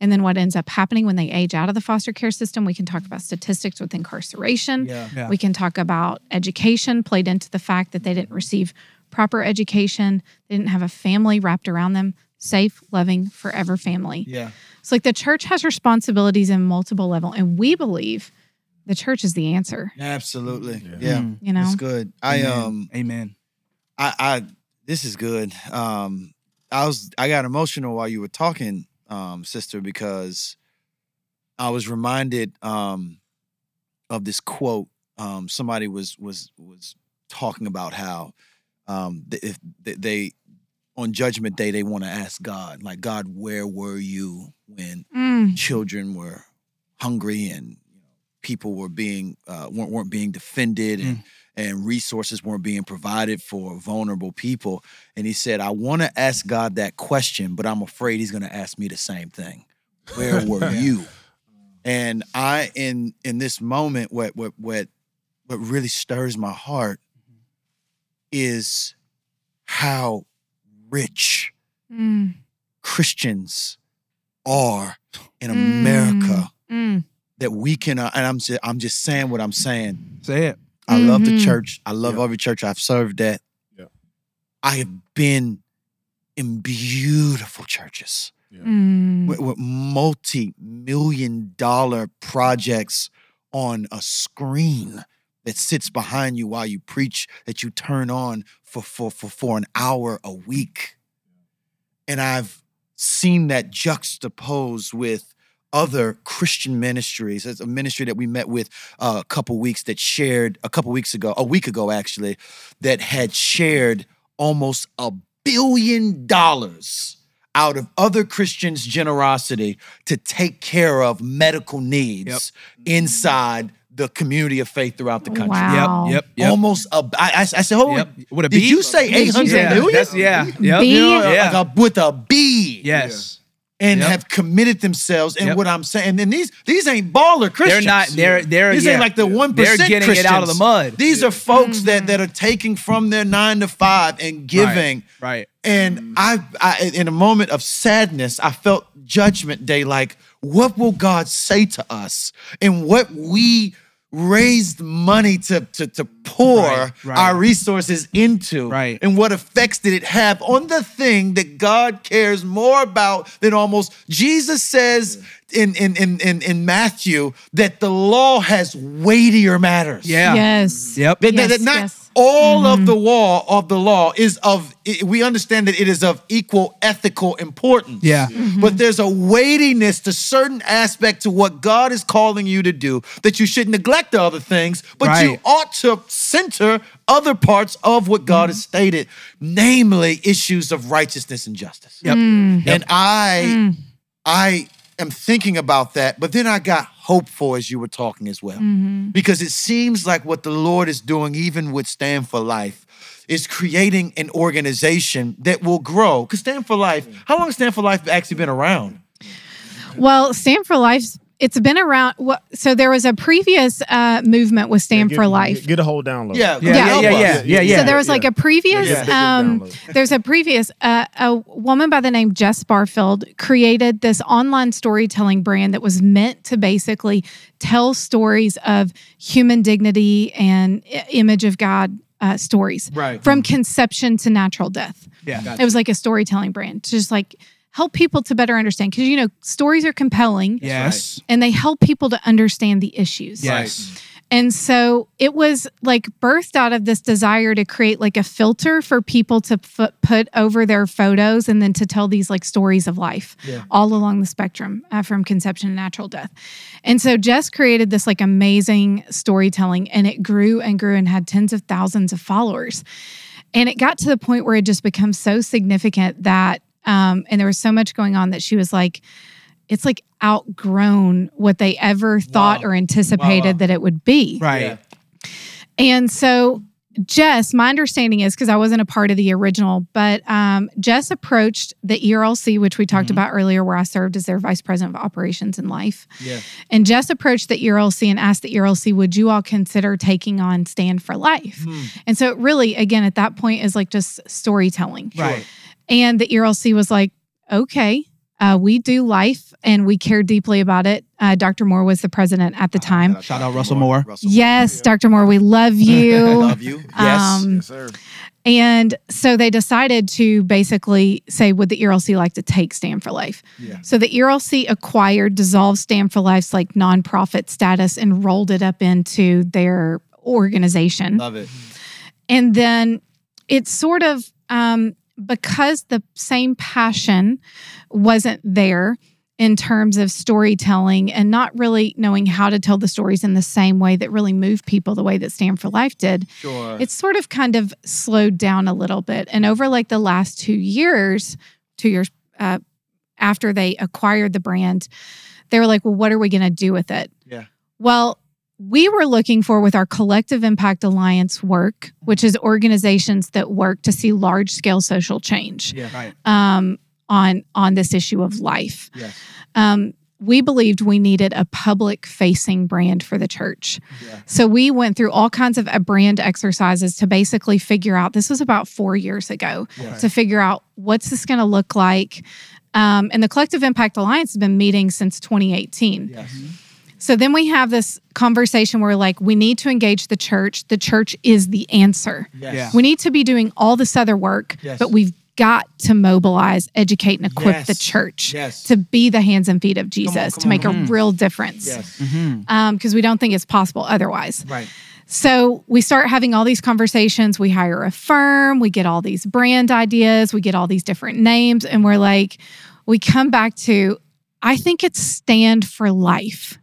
S6: And then what ends up happening when they age out of the foster care system, we can talk about statistics with incarceration.
S2: Yeah.
S3: Yeah.
S6: We can talk about education played into the fact that they didn't receive proper education. They didn't have a family wrapped around them, safe, loving, forever family.
S2: Yeah.
S6: It's like the church has responsibilities in multiple level, and we believe the church is the answer.
S2: Absolutely. Yeah.
S3: Mm.
S6: You know,
S2: It's good. I
S3: Amen.
S2: um
S3: Amen.
S2: I I this is good. Um I was I got emotional while you were talking, um, sister, because I was reminded um of this quote um, somebody was was was talking about how um, th- if th- they on Judgment Day they want to ask God, like God, where were you when
S6: Mm.
S2: children were hungry and you know, people were being uh, weren't, weren't being defended and and resources weren't being provided for vulnerable people and he said i want to ask god that question but i'm afraid he's going to ask me the same thing where were [LAUGHS] you and i in in this moment what what what what really stirs my heart is how rich
S6: Mm.
S2: christians are in america
S6: Mm.
S2: that we can uh, and I'm just, I'm just saying what I'm saying.
S3: Say it.
S2: I love the
S6: Mhm.
S2: church. I love
S5: Yeah.
S2: every church I've served at.
S5: Yeah.
S2: I have been in beautiful churches
S6: Mm.
S2: with, with multi-million dollar projects on a screen that sits behind you while you preach that you turn on for for for, for an hour a week. And I've seen that juxtaposed with other Christian ministries. There's a ministry that we met with uh, a couple weeks that shared a couple weeks ago, a week ago actually, that had shared almost a billion dollars out of other Christians' generosity to take care of medical needs inside the community of faith throughout the country.
S6: Wow.
S3: Yep. Yep. Yep.
S2: Almost a, I, I, I said, hold on.
S3: Yep. With a
S2: Oh, Did
S3: B?
S2: you say eight hundred million?
S3: yeah, That's, yeah. Yep.
S6: B?
S3: Yeah.
S2: Like a- with a B.
S3: Yes.
S2: And
S3: Yep.
S2: have committed themselves. And
S3: Yep.
S2: what I'm saying, and then these these ain't baller Christians.
S3: They're not. They're. They're.
S2: These
S3: yeah.
S2: ain't like the one
S3: They're
S2: percent.
S3: getting it out of the mud.
S2: These are folks that that are taking from their nine to five and giving.
S3: Right.
S2: And I, I, in a moment of sadness, I felt judgment day. Like, what will God say to us? And what we raised money to to, to pour
S3: Right, right.
S2: our resources into,
S3: Right.
S2: And what effects did it have on the thing that God cares more about than almost? Jesus says in in in in, in Matthew that the law has weightier matters.
S3: Yeah.
S6: Yes.
S3: Yep.
S2: That, that-
S6: Yes,
S2: that not
S6: yes. Mm-hmm.
S2: all of the law of the law is of i- we understand that it is of equal ethical importance.
S3: Yeah.
S6: Mm-hmm.
S2: But there's a weightiness to certain aspect to what God is calling you to do that you should neglect the other things, but you
S3: Right.
S2: ought to center other parts of what God has
S6: Mm-hmm.
S2: stated, namely issues of righteousness and justice.
S3: Yep.
S6: Mm.
S2: And I I am thinking about that, but then I got hopeful as you were talking as well.
S6: Mm-hmm.
S2: Because it seems like what the Lord is doing, even with Stand for Life, is creating an organization that will grow. Because Stand for Life, how long has Stand for Life actually been around?
S6: Well, Stand for Life's it's been around. wha- So there was a previous uh, movement with Stand
S5: Get-
S6: for Life.
S5: Get a whole download.
S2: Yeah,
S3: Yeah. Yeah.
S6: Yeah.
S3: Yeah. Yeah. Yeah. Yeah.
S6: so there was like
S5: yeah.
S6: a previous
S5: Yeah, yeah.
S6: um
S5: Download. [LAUGHS]
S6: there's a previous uh, a woman by the name jess barfield created this online storytelling brand that was meant to basically tell stories of human dignity and i- image of god uh, stories
S2: Right.
S6: from conception to natural death
S3: Yeah.
S6: it was like a storytelling brand to just like help people to better understand because you know stories are compelling
S3: Yes.
S6: and they help people to understand the issues
S3: Yes.
S6: and so it was like birthed out of this desire to create like a filter for people to f- put over their photos and then to tell these like stories of life all along the spectrum uh, from conception to natural death. And so Jess created this like amazing storytelling and it grew and grew and had tens of thousands of followers. And it got to the point where it just became so significant that, um, and there was so much going on that she was like, it's like outgrown what they ever thought or anticipated that it would be.
S3: Right.
S6: And so, Jess, my understanding is because I wasn't a part of the original, but um, Jess approached the E ERLC, which we talked about earlier, where I served as their vice president of operations and life.
S3: Yeah.
S6: And Jess approached the E ERLC and asked the ERLC, would you all consider taking on Stand for Life? And so, it really, again, at that point, is like just storytelling.
S3: Right.
S6: And the E ERLC was like, okay, uh, we do life and we care deeply about it. Uh, Dr. Moore was the president at the time.
S3: Shout out Russell Moore.
S2: Russell
S6: Yes, Dr. Moore, we
S2: [LAUGHS]
S6: love you.
S2: Moore. Love you. Yes.
S6: Um,
S5: Yes, sir.
S6: and so they decided to basically say, would the E ERLC like to take Stand for Life?
S2: Yeah.
S6: So the E ERLC acquired, dissolved Stand for Life's like nonprofit status and rolled it up into their organization.
S2: Love it.
S6: And then it's sort of um, because the same passion wasn't there, in terms of storytelling and not really knowing how to tell the stories in the same way that really move people the way that Stand for Life did.
S2: Sure.
S6: It's sort of kind of slowed down a little bit. And over like the last two years, two years uh, after they acquired the brand, they were like, well, what are we going to do with it?
S2: Yeah.
S6: Well, we were looking for with our collective impact alliance work, which is organizations that work to see large scale social change
S4: Yeah.
S3: Right.
S6: um, on on this issue of life.
S4: Yes.
S6: Um, we believed we needed a public facing brand for the church.
S4: Yeah.
S6: So we went through all kinds of uh, brand exercises to basically figure out this was about four years ago
S4: Yes.
S6: to figure out what's this going to look like. Um, and the Collective Impact Alliance has been meeting since 2018.
S4: Yes.
S6: So then we have this conversation where, like, we need to engage the church. The church is the answer.
S4: Yes.
S3: Yeah.
S6: We need to be doing all this other work,
S4: Yes.
S6: but we've got to mobilize, educate, and equip
S4: Yes.
S6: the church
S4: Yes.
S6: to be the hands and feet of Jesus,
S2: come
S6: to
S2: on, Mm.
S6: make
S2: come
S6: a real difference.
S4: Yes.
S6: Because we don't think it's possible otherwise.
S4: Right.
S6: So we start having all these conversations. We hire a firm, we get all these brand ideas, we get all these different names, and we're like, we come back to, I think it's Stand for Life.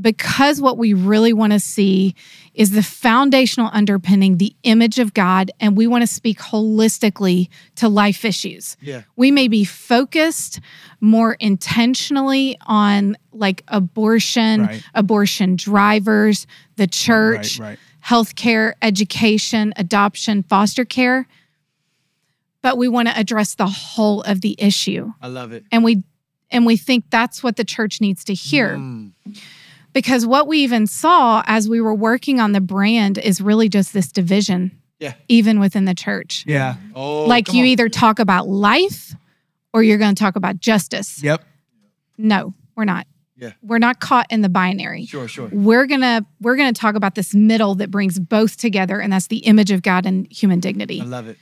S6: Because what we really want to see is the foundational underpinning, the image of God, and we want to speak holistically to life issues.
S4: Yeah.
S6: We may be focused more intentionally on like abortion,
S3: Right.
S6: abortion drivers, the church,
S3: Right. Right.
S6: healthcare, education, adoption, foster care. But we want to address the whole of the issue.
S4: I love it.
S6: And we and we think that's what the church needs to hear.
S4: Mm.
S6: Because what we even saw as we were working on the brand is really just this division.
S4: Yeah.
S6: Even within the church.
S3: Yeah.
S4: Oh,
S6: like
S4: come
S6: you
S4: on.
S6: either talk about life or you're going to talk about justice.
S3: Yep.
S6: No, we're not.
S4: Yeah.
S6: We're not caught in the binary.
S4: Sure. Sure.
S6: We're going to we're going to talk about this middle that brings both together and that's the image of God and human dignity.
S4: I love it.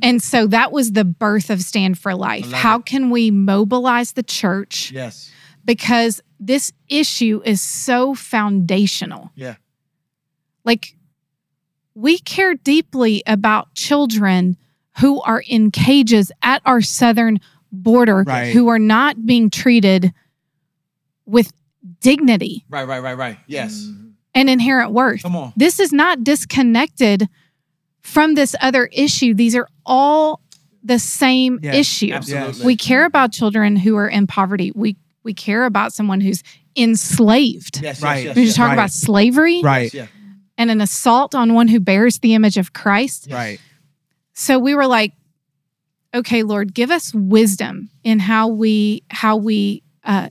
S6: And so that was the birth of Stand for Life. How can we mobilize the church
S4: Yes.
S6: because this issue is so foundational.
S4: Yeah.
S6: Like we care deeply about children who are in cages at our southern border
S3: Right.
S6: who are not being treated with dignity
S4: Right. Right. Right. Right. Yes.
S6: and inherent worth.
S4: Come on.
S6: This is not disconnected from this other issue. These are all the same
S3: Yeah,
S6: issue.
S4: absolutely.
S6: We care about children who are in poverty. We we care about someone who's enslaved.
S4: Yes.
S3: Right.
S4: Yes.
S6: we
S4: Yes.
S6: should talk
S3: right.
S6: about slavery
S3: Right.
S4: yes.
S6: and an assault on one who bears the image of Christ.
S3: Right.
S6: So we were like, okay, Lord, give us wisdom in how we how we uh,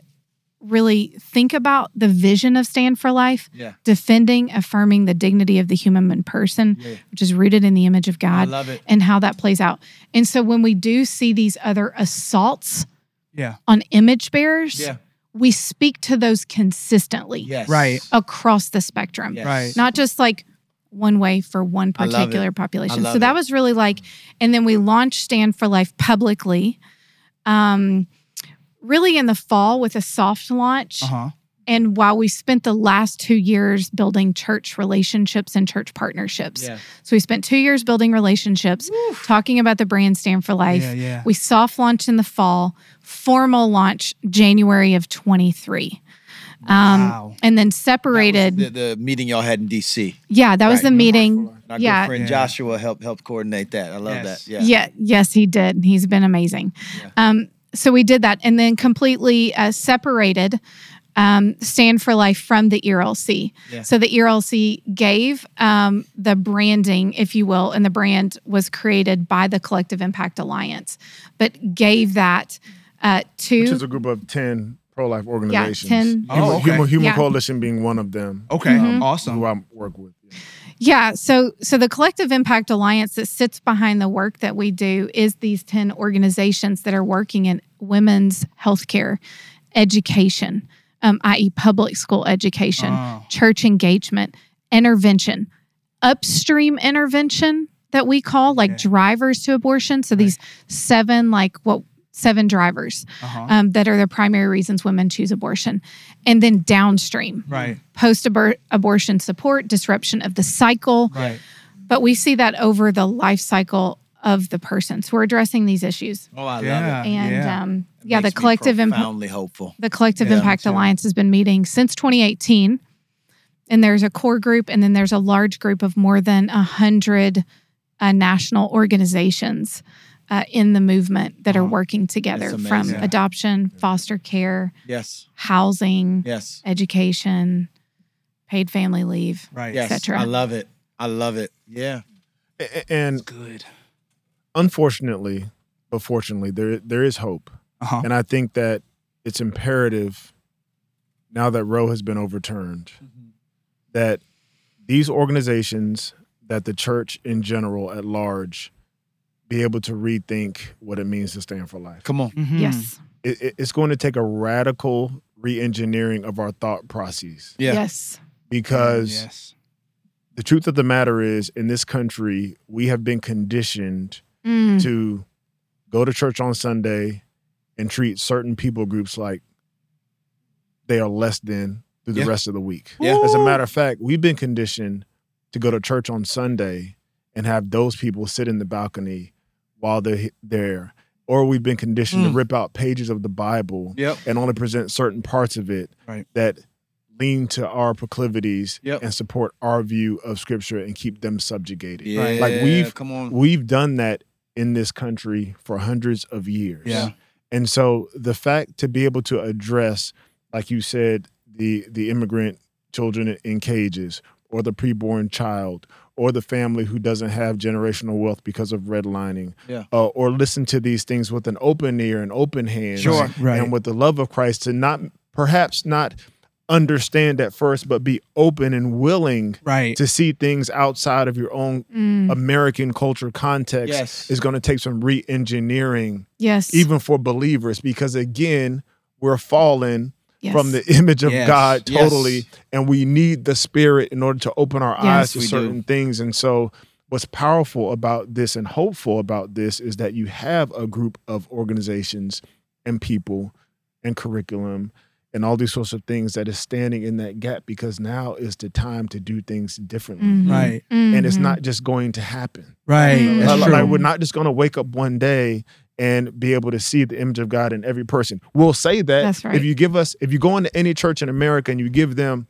S6: really think about the vision of Stand for Life,
S4: Yeah.
S6: defending, affirming the dignity of the human person,
S4: Yeah.
S6: which is rooted in the image of
S4: I
S6: God,
S4: love it.
S6: and how that plays out. And so when we do see these other assaults
S3: Yeah.
S6: on image bearers,
S4: Yeah.
S6: we speak to those consistently
S4: Yes.
S3: Right.
S6: across the spectrum
S4: Yes.
S3: Right.
S6: not just like one way for one
S4: I love it.
S6: particular population.
S4: love
S6: So that
S4: it.
S6: was really like, and then we launched Stand for Life publicly, um, really in the fall with a soft launch.
S3: Uh huh.
S6: And while we spent the last two years building church relationships and church partnerships,
S4: Yeah.
S6: so we spent two years building relationships, talking about the brand Stand for Life.
S3: Yeah. Yeah.
S6: We soft launched in the fall, formal launch January of 23. Um,
S3: Wow.
S6: And then
S2: That
S6: separated.
S2: was The, the meeting y'all had in DC.
S6: yeah, that was
S2: Right.
S6: the meeting.
S2: And Our
S6: Yeah.
S2: good friend
S3: Yeah.
S2: Joshua helped help coordinate that. I love
S3: Yes.
S2: that. Yeah.
S6: Yeah. Yes, he did. He's been amazing.
S2: Yeah.
S6: Um, so we did that and then completely uh, separated um, Stand for Life from the ERLC.
S4: Yeah.
S6: So the ERLC gave um, the branding, if you will, and the brand was created by the Collective Impact Alliance, but gave that uh, to.
S5: Which is a group of 10 pro life
S6: yeah,
S5: organizations.
S6: 10.
S3: Oh,
S5: Human,
S3: okay. Oh,
S5: Human, Human
S6: Yeah.
S5: Coalition being one of them
S3: Okay.
S6: Mm-hmm.
S3: Awesome.
S5: who I work with.
S6: Yeah, so so the Collective Impact Alliance that sits behind the work that we do is these 10 organizations that are working in women's healthcare, education, um, i.e. public school education,
S3: Oh.
S6: church engagement, intervention, upstream intervention that we call like
S3: Okay.
S6: drivers to abortion, so these seven like what seven drivers
S3: Uh-huh.
S6: um, that are the primary reasons women choose abortion and then downstream
S3: Right.
S6: post abortion support, disruption of the cycle.
S3: Right.
S6: But we see that over the life cycle of the person. So we're addressing these issues.
S2: Oh, I
S3: Yeah.
S2: love it.
S6: And
S3: yeah.
S6: um, yeah, the
S2: Makes me
S6: collective impact.
S2: profoundly hopeful.
S6: The Collective
S2: Yeah,
S6: Impact Alliance has been meeting since 2018. And there's a core group, and then there's a large group of more than 100 uh, national organizations uh, in the movement that are
S2: Wow.
S6: working together
S2: That's
S6: from
S2: amazing.
S6: adoption, foster care,
S2: Yes.
S6: housing,
S2: Yes.
S6: education, paid family leave.
S3: Right.
S2: Yes.
S6: cetera.
S2: I love it. I love it. Yeah.
S5: A- a- And
S3: Good.
S5: unfortunately, but fortunately, there there is hope,
S3: Uh-huh.
S5: and I think that it's imperative now that Roe has been overturned that these organizations, that the church in general at large, be able to rethink what it means to stand for life.
S2: Come on.
S3: Mhm.
S6: Yes.
S5: It, it- it's going to take a radical re-engineering of our thought process
S2: Yeah.
S6: Yes.
S5: because
S3: Yes.
S5: the truth of the matter is, in this country, we have been conditioned
S6: Mm,
S5: to go to church on Sunday and treat certain people groups like they are less than through the
S2: Yeah.
S5: rest of the week.
S2: Yeah.
S5: As a matter of fact, we've been conditioned to go to church on Sunday and have those people sit in the balcony while they're there. Or we've been conditioned to rip out pages of the Bible
S2: Mm. Yep.
S5: and only present certain parts of it
S3: Right.
S5: that lean to our proclivities
S2: Yep.
S5: and support our view of scripture and keep them subjugated.
S2: Yeah.
S5: Like we've
S2: come on.
S5: we've done that in this country for hundreds of years.
S3: Yeah.
S5: And so the fact to be able to address, like you said, the the immigrant children in cages or the preborn child or the family who doesn't have generational wealth because of redlining
S2: Yeah.
S5: uh, or listen to these things with an open ear and open hand
S2: Sure.
S3: Right.
S5: and with the love of Christ to not perhaps not understand at first but be open and willing
S3: Right.
S5: to see things outside of your own
S6: mm,
S5: American culture context
S2: Yes.
S5: is going to take some re engineering,
S6: yes.
S5: even for believers, because again, we're fallen
S6: yes.
S5: from the image of
S3: Yes.
S5: God
S2: Yes.
S5: totally, and we need the Spirit in order to open our
S6: Yes.
S5: eyes to
S2: We do.
S5: certain things. And so, what's powerful about this and hopeful about this is that you have a group of organizations and people and curriculum and all these sorts of things that is standing in that gap because now is the time to do things differently.
S6: Mhm,
S3: Right.
S5: And it's
S6: mhm.
S5: not just going to happen.
S3: Right.
S6: That's
S5: Like,
S3: That's
S6: true.
S3: true.
S5: like, we're not just going to wake up one day and be able to see the image of God in every person. We'll say that
S6: That's right.
S5: if you give us, if you go into any church in America and you give them,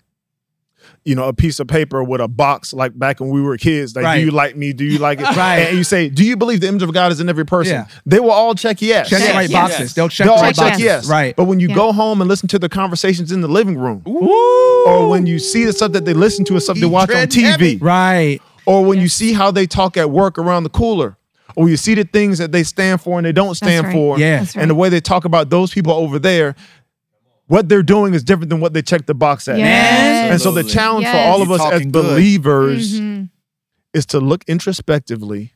S5: you know, a piece of paper with a box like back when we were kids, like,
S3: Right.
S5: do you like me? Do you like it?
S3: [LAUGHS] Right.
S5: And you say, do you believe the image of God is in every person?
S3: Yeah.
S5: They will all check yes.
S3: Check the
S6: Yes.
S3: right
S6: Yes.
S3: boxes. They'll check
S5: They'll
S3: the
S5: all
S3: right
S6: check
S3: boxes.
S5: yes.
S3: Right.
S5: But when you
S6: Yeah.
S5: go home and listen to the conversations in the living room,
S3: Ooh.
S5: or when you see the stuff that they listen to and stuff they
S2: He
S5: watch on
S2: treads
S5: TV,
S2: heavy.
S3: Right.
S5: or when you see how they talk at work around the cooler, or you see the things that they stand for and they don't
S6: That's
S5: stand
S6: right.
S5: for,
S3: Yeah.
S6: That's
S5: and the
S6: right.
S5: way they talk about those people over there, what they're doing is different than what they check the box at.
S6: Yes.
S5: And so the challenge for
S6: Yes.
S5: all of
S2: You're
S5: us as
S2: talking good.
S5: believers
S6: Mhm.
S5: is to look introspectively.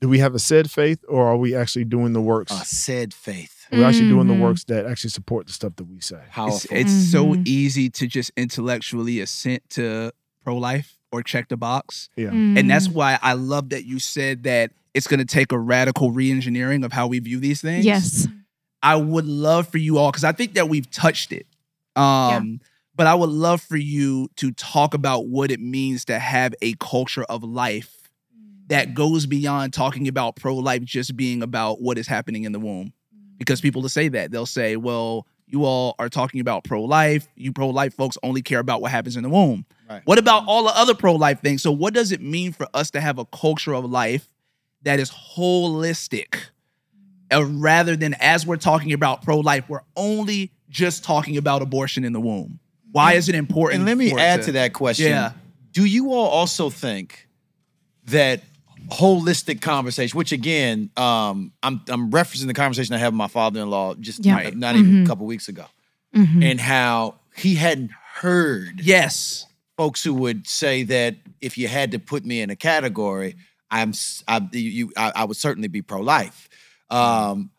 S5: Do we have a said faith, or are we actually doing the works?
S2: I said faith.
S5: We're actually doing the
S6: Mhm.
S5: works that actually support the stuff that we say.
S2: Powerful.
S3: It's, it's so
S6: Mhm.
S3: easy to just intellectually assent to pro life or check the box.
S5: Yeah.
S3: And that's
S6: Mm.
S3: why I love that you said that it's going to take a radical re engineering of how we view these things.
S6: yes.
S3: I would love for you all because I think that we've touched it. Um, But I would love for you to talk about what it means to have a culture of life that goes beyond talking about pro life just being about what is happening in the womb. Because people will say that they'll say, "Well, you all are talking about pro life. You pro life folks only care about what happens in the womb.
S2: Right.
S3: What about all the other pro life things? So, what does it mean for us to have a culture of life that is holistic?" uh, rather than as we're talking about pro life, we're only just talking about abortion in the womb. Why is it important?
S2: And let me
S3: for it
S2: add to that question.
S3: Yeah.
S2: Do you all also think that holistic conversation, which again, um, I'm I'm referencing the conversation I had with my father-in-law just
S6: Yeah. Mm-hmm.
S2: not, not even a couple weeks ago,
S6: Mhm.
S2: and how he hadn't heard
S3: Yes.
S2: folks who would say that if you had to put me in a category, I'm s- I, you, you- I, I would certainly be pro-life.
S3: Mm-hmm.
S2: Um,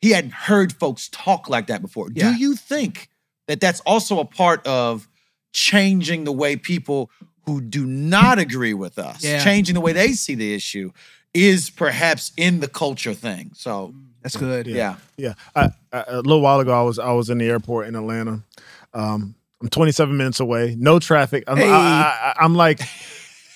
S2: he hadn't heard folks talk like that before.
S3: Yeah.
S2: Do you think that that's also a part of changing the way people who do not agree with us,
S3: Yeah.
S2: changing the way they see the issue, is perhaps in the culture thing? So
S3: That's good.
S2: yeah,
S5: Yeah, I, I, a little while ago, I was I was in the airport in Atlanta. Um, I'm 27 minutes away, no traffic. I'm, I, I, I'm like,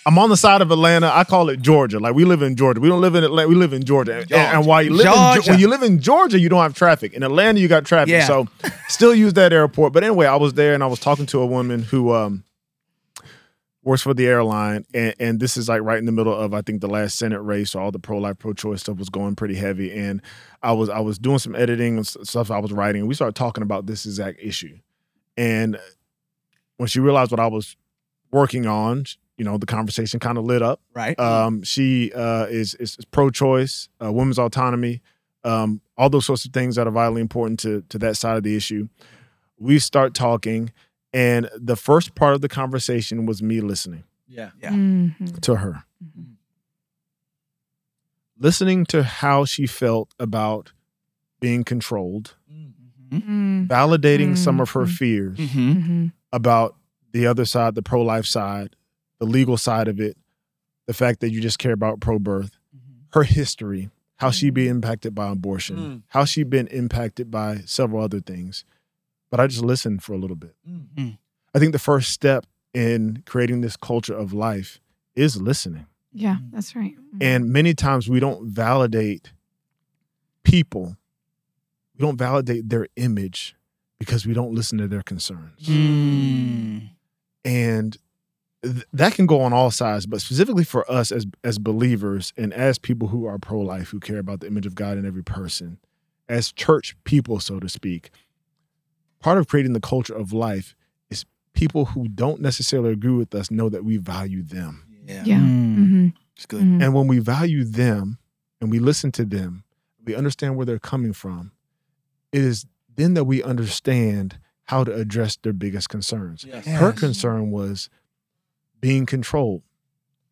S5: I'm on the side of Atlanta. I call it Georgia. Like we live in Georgia. We don't live in Atlanta. We live in Georgia. And, and while you live in, Ge-
S3: Georgia.
S5: when you live in Georgia, you don't have traffic. In Atlanta, you got traffic.
S3: Yeah.
S5: So still use that airport. But anyway, I was there and I was talking to a woman who um, works for the airline, and, and this is like right in the middle of I think the last Senate race. So all the pro life, pro choice stuff was going pretty heavy, and I was I was doing some editing and s- stuff I was writing. And we started talking about this exact issue, and when she realized what I was working on, sh- you know, the conversation kind of lit up.
S3: Right.
S5: Um, she uh, is is pro-choice, uh, women's autonomy, um, all those sorts of things that are vitally important to to that side of the issue. We start talking, and the first part of the conversation was me listening
S2: Yeah.
S3: Yeah.
S6: Mhm.
S5: to her, listening to how she felt about being controlled,
S6: Mhm.
S5: validating some of her
S6: Mhm.
S5: fears,
S3: Mm-hmm.
S6: Mhm.
S5: about the other side, the pro life side, the legal side of it, the fact that you just care about pro birth, her history, how she be impacted by abortion, how she been impacted by several other things. But I just listened for a little bit.
S3: Mhm.
S5: I think the first step in creating this culture of life is listening.
S6: Yeah, that's right.
S5: And many times we don't validate people, we don't validate their image because we don't listen to their concerns
S3: Mm.
S5: and th- that can go on all sides but specifically for us as as believers and as people who are pro life who care about the image of God in every person as church people so to speak part of creating the culture of life is people who don't necessarily agree with us know that we value them
S2: Yeah.
S6: Yeah.
S3: Mm.
S6: Mhm.
S2: It's good.
S6: Mhm.
S5: and when we value them and we listen to them we understand where they're coming from it is then that we understand how to address their biggest concerns her
S3: Yes.
S5: concern was being controlled.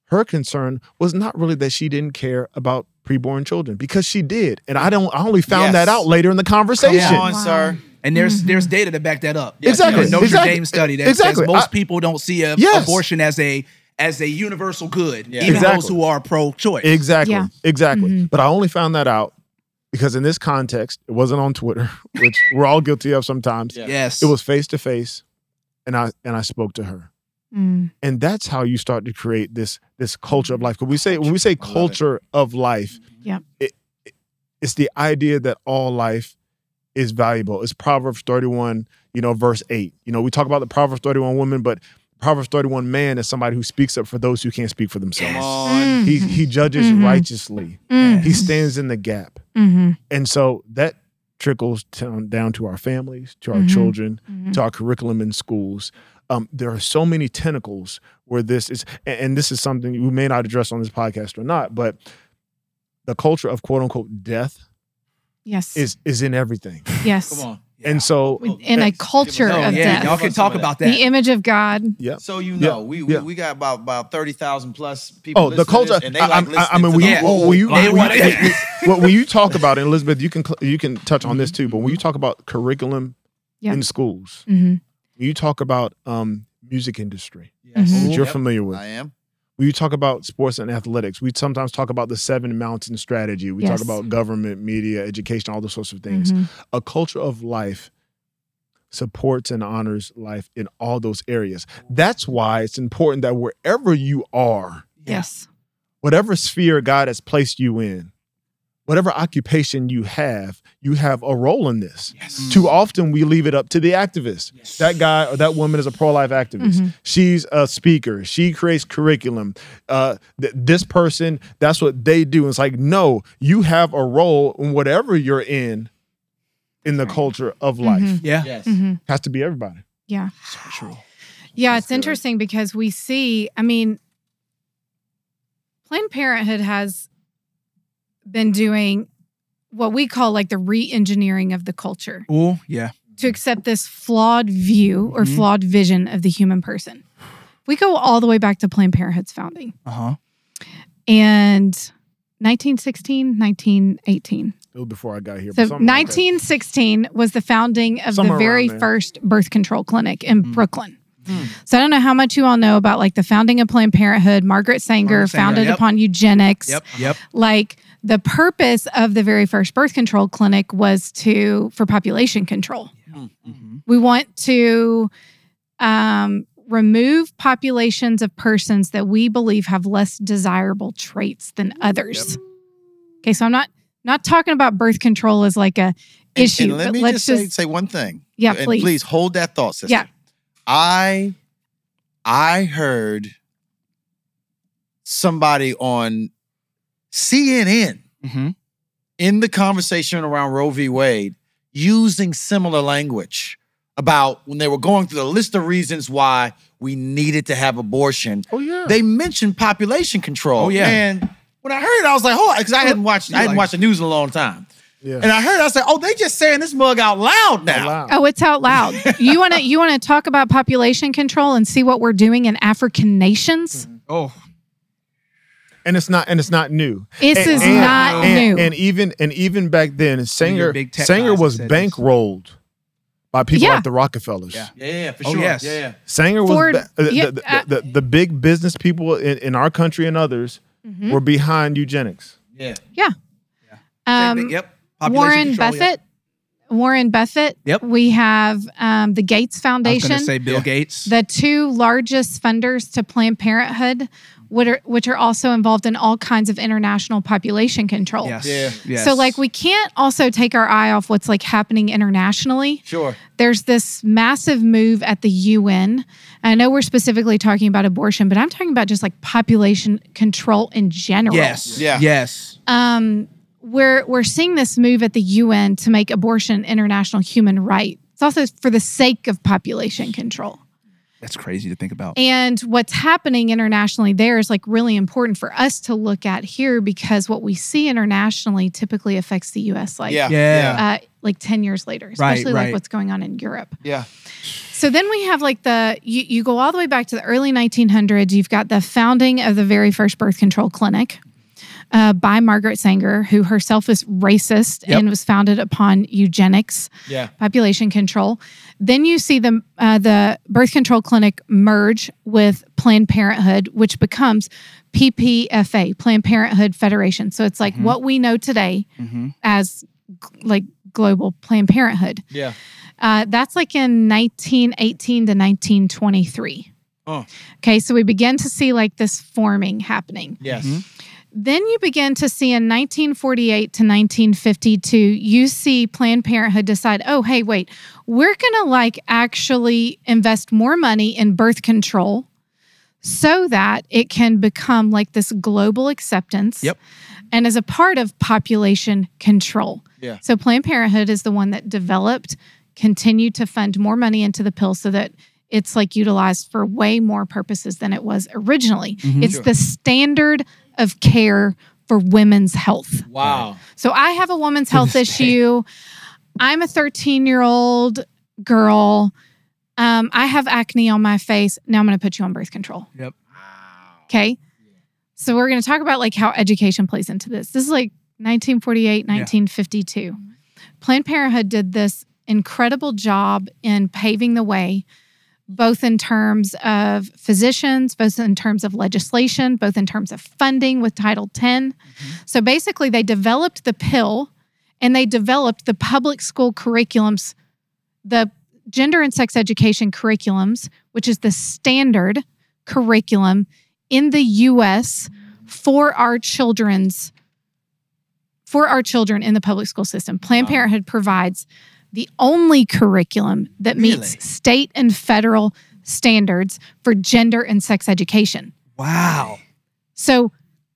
S5: Her concern was not really that she didn't care about preborn children because she did, and I don't. I only found that
S2: Yes.
S5: out later in the
S2: Come
S5: conversation.
S2: on,
S6: Wow.
S2: sir.
S3: And there's there's data to back that up.
S2: Yes,
S5: Mm-hmm. Exactly,
S3: A Notre
S5: exactly,
S3: Dame study that
S5: exactly.
S3: says most
S5: I-
S3: people don't see a,
S5: Yes.
S3: abortion as a as a universal good,
S2: Yeah.
S3: even
S5: Exactly.
S3: those who are pro-choice.
S5: Exactly,
S6: Yeah.
S5: exactly.
S6: Mhm.
S5: But I only found that out because in this context, it wasn't on Twitter, [LAUGHS] which we're all guilty of sometimes.
S2: Yeah.
S3: Yes,
S5: It was face to face, and I and I spoke to her.
S6: Mm.
S5: and that's how you start to create this this culture of life. Because we say when we say
S2: Mm-hmm. I love it.
S5: culture of life,
S6: Yep.
S5: it, it- it's the idea that all life is valuable. It's Proverbs thirty one, you know, verse eight. You know, we talk about the Proverbs thirty one woman, but Proverbs thirty one man is somebody who speaks up for those who can't speak for themselves.
S2: Come on.
S5: He he judges
S6: Mhm.
S5: righteously.
S6: Mm.
S3: Mm-hmm.
S5: He stands in the gap,
S6: Mhm.
S5: and so that trickles down down to our families, to our
S6: Mhm.
S5: children,
S6: Mhm.
S5: to our curriculum in schools. Um, there are so many tentacles where this is, and, and this is something we may not address on this podcast or not, but the culture of quote unquote death
S6: Yes.
S5: is is in everything,
S6: yes.
S2: Come on.
S5: and so
S6: In a
S5: and-
S6: culture
S2: No,
S6: of
S3: Oh, yeah,
S6: death.
S3: y'all can talk about that.
S6: The image of God.
S2: So you know, we, we
S5: yeah.
S2: we got about about thirty thousand plus people.
S5: Oh, the
S2: listening to
S5: culture.
S2: this, and they
S5: I,
S2: like
S5: I, I
S2: listening
S5: mean,
S2: to
S5: when
S2: the
S5: you,
S3: Yeah.
S2: whole-
S5: when, you,
S3: They
S5: when,
S3: want
S5: you- [LAUGHS]
S3: it.
S5: when- when you talk about it, Elizabeth, you can cl- you can touch on this too. But when you talk about curriculum
S6: Yeah.
S5: in schools,
S6: hmm
S5: when you talk about um, music industry,
S6: Mhm.
S5: which you're
S2: Yep.
S5: familiar with,
S2: I am.
S5: when you talk about sports and athletics, we sometimes talk about the seven mountain strategy. We
S6: Yes.
S5: talk about government, media, education, all those sorts of things.
S6: hmm
S5: A culture of life supports and honors life in all those areas. That's why it's important that wherever you are,
S6: Yes.
S5: whatever sphere God has placed you in, whatever occupation you have, you have a role in this.
S2: Yes.
S5: Too often we leave it up to the activist. That guy or that woman is a pro life activist.
S6: Mhm.
S5: She's a speaker. She creates curriculum. Uh, th- this person, that's what they do. It's like, no, you have a role in whatever you're in in the culture of life.
S6: Mhm.
S3: yeah,
S2: Yes.
S6: hmm
S5: Has to be everybody.
S6: Yeah.
S3: true.
S6: Yeah,
S2: That's
S6: it's
S2: good.
S6: interesting because we see, I mean, Planned Parenthood has been doing what we call like the re engineering of the culture
S3: Ooh, yeah,
S6: to accept this flawed view or
S2: Mm-hmm.
S3: Mhm.
S6: flawed vision of the human person. We go all the way back to Planned Parenthood's founding
S3: uh
S5: Uh-huh.
S3: huh.
S6: and 1916, 1918.
S5: It was before I got here.
S6: So
S5: but something like that.
S6: 1916 was the founding of
S5: Somewhere
S6: the very
S5: around there. Hmm.
S6: first birth control clinic in
S3: Mm.
S6: Brooklyn. So I don't know how much you all know about like the founding of Planned Parenthood. Margaret Sanger,
S3: Margaret Sanger,
S6: founded
S3: yep.
S6: upon eugenics.
S3: Yep, yep.
S6: Like the purpose of the very first birth control clinic was
S2: Mm-hmm.
S6: to for population control.
S3: Mhm.
S6: We want to um, remove populations of persons that we believe have less desirable traits than others. Okay, so I'm not not talking about birth control as like
S2: And-
S6: a issue,
S2: And, let
S6: but
S2: me
S6: let's
S2: just say,
S6: just
S2: say one thing.
S6: Yeah,
S2: And
S6: please.
S2: hold that thought, sister.
S6: Yeah.
S2: I I heard somebody on CNN
S6: Mm-hmm.
S3: Mhm.
S2: in the conversation around Roe v. Wade using similar language about when they were going through the list of reasons why we needed to have abortion.
S5: Oh yeah.
S2: They mentioned population control.
S3: Oh, yeah.
S2: And when I heard it, I was like, hold on, because I hadn't watched I hadn't watched the news in a long time.
S5: yeah.
S2: And I heard, I said, "Oh, they just saying this mug out loud now."
S5: Allowed.
S6: Oh, it's out loud. you wanna you wanna talk about population control and see what we're doing in African nations?
S3: Oh,
S5: And it's not and it's not new.
S6: This
S5: And-
S6: is
S5: and-
S6: not
S5: and,
S6: new.
S5: And even and even back then, Sanger
S3: big tech
S5: Sanger
S3: guys
S5: was
S3: that said this.
S5: bankrolled by people
S6: Yeah.
S5: like the Rockefellers.
S3: Yeah.
S2: Yeah, yeah, for
S3: Oh,
S2: sure.
S3: yes.
S2: Yeah, yeah.
S5: Sanger was
S6: Ford-
S5: ba- uh, the,
S6: yeah,
S5: the,
S6: uh,
S5: the, the big business people in, in our country and others
S6: Mhm.
S5: were behind
S6: [LAUGHS]
S5: eugenics.
S2: Yeah.
S3: same
S6: Um,
S3: thing. yep.
S6: Warren
S3: control, yep.
S6: Buffett. Warren Buffett.
S3: Yep.
S6: We have um, the
S3: I
S6: Gates
S3: was
S6: Foundation.
S3: going to say Bill
S2: Yeah.
S3: Gates.
S6: the two largest funders to Planned Parenthood, which are, which are also involved in all kinds of international population control.
S3: yes.
S2: Yeah.
S3: Yes.
S6: So, like, we can't also take our eye off what's like happening internationally.
S2: Sure.
S6: There's this massive move at the UN. I know we're specifically talking about abortion, but I'm talking about just like population control in general.
S3: Yes.
S2: Yeah.
S3: Yes.
S6: Um, we're we're seeing this move at the UN to make abortion international human right. It's also for the sake of population control.
S3: That's crazy to think about.
S6: And what's happening internationally there is like really important for us to look at here because what we see internationally typically affects the US like
S2: Yeah.
S3: Yeah.
S6: uh, like 10 years later, especially like
S3: right.
S6: what's going on in Europe.
S2: Yeah.
S6: So then we have like the you, you go all the way back to the early 1900s. You've got the founding of the very first birth control clinic uh, by Margaret Sanger, who herself is racist
S3: Yep.
S6: and was founded upon eugenics,
S2: Yeah.
S6: population control. Then you see the uh, the birth control clinic merge with Planned Parenthood, which becomes PPFA, Planned Parenthood Federation. So it's like what we know today
S3: Mhm.
S6: as g- like global Planned Parenthood.
S2: Yeah.
S6: Uh, that's like in 1918 to 1923.
S2: Oh.
S6: Okay, so we begin to see like this forming happening.
S2: Yes.
S6: Then you begin to see in 1948 to 1952, you see Planned Parenthood decide, oh, hey, wait, we're going to like actually invest more money in birth control so that it can become like this global acceptance.
S3: Yep.
S6: And as a part of population control.
S2: Yeah.
S6: So Planned Parenthood is the one that developed, continued to fund more money into the pill so that it's like utilized for way more purposes than it was originally. It's the standard of care for women's health.
S2: Wow.
S6: So I have a woman's health issue. I'm a 13 year old girl. Um, I have acne on my face. Now I'm going to put you on birth control.
S3: Yep.
S6: Okay. So we're going to talk about like how education plays into this. This is like 1948, 1952. Planned Parenthood did this incredible job in paving the way, both in terms of physicians, both in terms of legislation, both in terms of funding with Title X. So basically, they developed the pill and they developed the public school curriculums, the gender and sex education curriculums, which is the standard curriculum in the US for our children's for our children in the public school system. Planned
S2: Wow.
S6: Parenthood provides the only curriculum that meets
S2: Really?
S6: state and federal standards for gender and sex education.
S3: Wow.
S6: So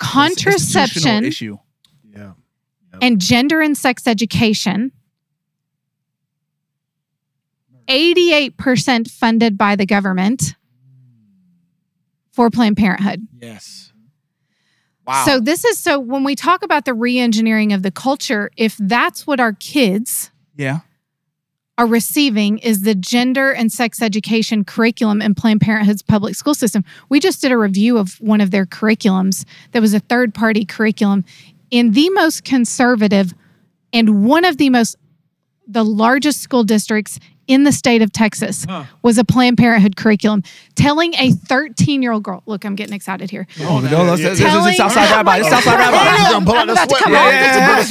S3: It's an institutional
S6: contraception
S3: issue.
S5: Yeah.
S6: and gender and sex education 88% funded by the government for planned parenthood
S2: Yes. Wow.
S6: So this is so when we talk about the re-engineering of the culture, if that's what our kids
S3: Yeah.
S6: are receiving is the gender and sex education curriculum in Planned Parenthood's public school system. We just did a review of one of their curriculums that was a third party curriculum in the most conservative and one of the most the largest school districts in the state of Texas was a Planned Parenthood curriculum telling a 13 year old girl, look, I'm getting excited here.
S3: Oh, no, that's, that's,
S6: Telling-
S3: this is Southside Rabbi. This is Southside Rabbi.
S5: I'm gonna pull out
S6: I'm
S5: the
S6: about to
S5: sweat
S6: come
S5: rag.
S6: off